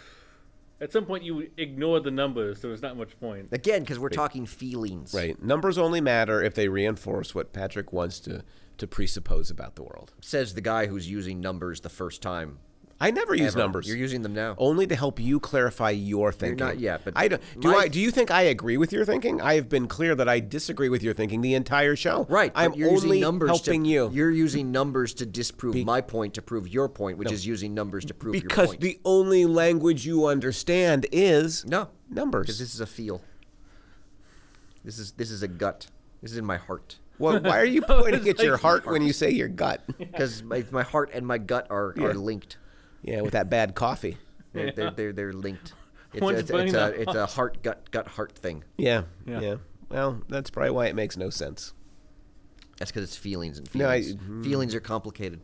S3: At some point, you ignore the numbers, so there's not much point.
S1: Again, because we're talking feelings.
S2: Right. Numbers only matter if they reinforce what Patrick wants to, to presuppose about the world.
S1: Says the guy who's using numbers the first time.
S2: I never use
S1: ever.
S2: numbers. Oh,
S1: You're using them now.
S2: only to help you clarify your thinking.
S1: not yet, but
S2: I don't, do.
S1: my-
S2: I do you think I agree with your thinking? I have been clear that I disagree with your thinking the entire show.
S1: Right. but
S2: I'm
S1: you're
S2: only
S1: using numbers
S2: helping
S1: to,
S2: you
S1: You're using numbers to disprove my point to prove your point, which is using numbers to prove your
S2: because
S1: point.
S2: the only language you understand is
S1: no
S2: numbers.
S1: because this is a feel. This is this is a gut. This is in my heart
S2: Well, why are you pointing at
S3: It's
S2: your
S3: like-
S2: heart when you say your gut?
S1: because my, my heart and my gut are, are linked.
S2: Yeah, with that bad coffee.
S1: They're, they're, they're, they're linked. It's,
S3: One's
S1: a, it's, it's,
S3: burning
S1: a,
S3: the
S1: it's a heart gut gut heart thing.
S2: Yeah, yeah.
S3: Yeah.
S2: Well, that's probably why it makes no sense.
S1: That's because it's feelings and
S2: No, I- Mm.
S1: feelings. feelings are complicated.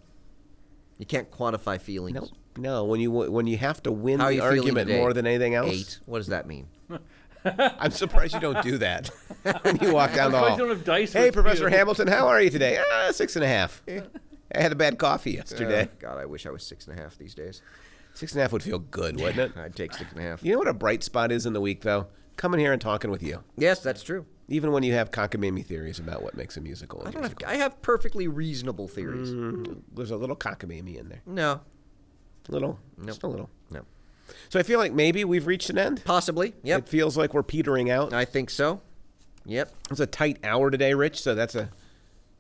S1: You can't quantify feelings.
S2: No, no. When you when you have to win
S1: How are
S2: the
S1: you feeling
S2: argument
S1: today?
S2: more than anything else,
S1: Eight. What does that mean?
S2: I'm surprised you don't do that when you walk down the hall.
S3: I'm surprised you don't have dice
S2: hey,
S3: with
S2: Professor
S3: you."
S2: Hamilton, how are you today? Ah, six and a half. I had a bad coffee yesterday.
S1: Oh, God, I wish I was six and a half these days.
S2: six and a half would feel good, wouldn't it?
S1: I'd take six and a half.
S2: You know what a bright spot is in the week, though? Coming here and talking with you,
S1: Yes, that's true.
S2: even when you have cockamamie theories about what makes a musical. A Mm.
S1: I don't have.
S2: musical.
S1: I have perfectly reasonable theories.
S2: There's a little cockamamie in there.
S1: No,
S2: Little, just a little.
S1: no,
S2: So I feel like maybe we've reached an end.
S1: possibly.
S2: It
S1: Yep,
S2: feels like we're petering out.
S1: I think so. Yep.
S2: It's a tight hour today, Rich. So that's a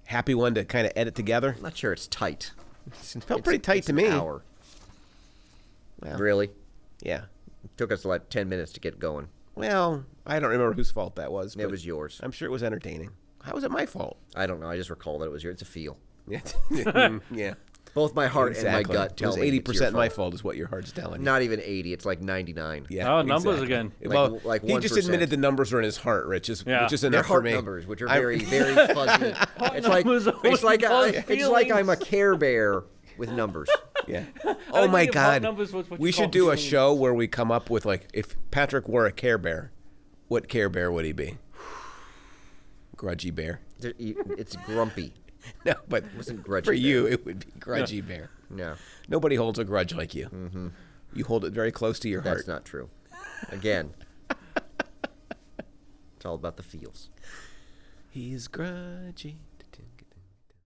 S2: happy one to kind of edit together.
S1: I'm not sure it's tight. It's,
S2: Felt pretty tight to me.
S1: Hour.
S2: Well.
S1: Really?
S2: Yeah.
S1: took us like ten minutes to get going.
S2: Well, I don't remember whose fault that was.
S1: It
S2: but
S1: was yours.
S2: I'm sure it was entertaining. How was it my fault?
S1: I don't know. I just recall that it was yours. It's a feel.
S2: Yeah. Mm, yeah.
S1: Both my heart and my
S2: Exactly.
S1: gut
S2: it
S1: tell
S2: was
S1: me it's
S2: eighty
S1: your
S2: percent my
S1: fault.
S2: fault, is what your heart's telling you.
S1: Not even eighty. It's like ninety-nine.
S2: Yeah.
S3: Oh, numbers again.
S2: It-
S1: Like-
S2: well,
S1: like
S2: he just
S1: 1%.
S2: admitted the numbers are in his heart, Rich, is,
S3: Yeah.
S2: which is
S3: They're
S1: They're
S2: enough
S1: heart
S2: for me.
S1: numbers, which are
S2: I-
S1: very, very fuzzy. it's like
S3: numbers are
S1: it's like I,
S3: all
S1: it's like I'm a Care Bear with numbers.
S2: Yeah. Oh
S3: like
S2: my
S3: that your heart
S2: God.
S3: numbers was what
S2: we
S3: you
S2: should
S3: called
S2: do a
S3: feelings.
S2: show where we come up with like if Patrick were a Care Bear, what Care Bear would he be? Grudgy Bear.
S1: e, It's grumpy.
S2: No, but
S1: wasn't Grudgy
S2: for
S1: Bear.
S2: you it would be Grudgy Bear.
S1: No,
S2: Nobody holds a grudge like you. You hold it very close to your
S1: Mm-hmm. that's
S2: heart.
S1: not true. Again, it's all about the feels.
S2: He's grudgy.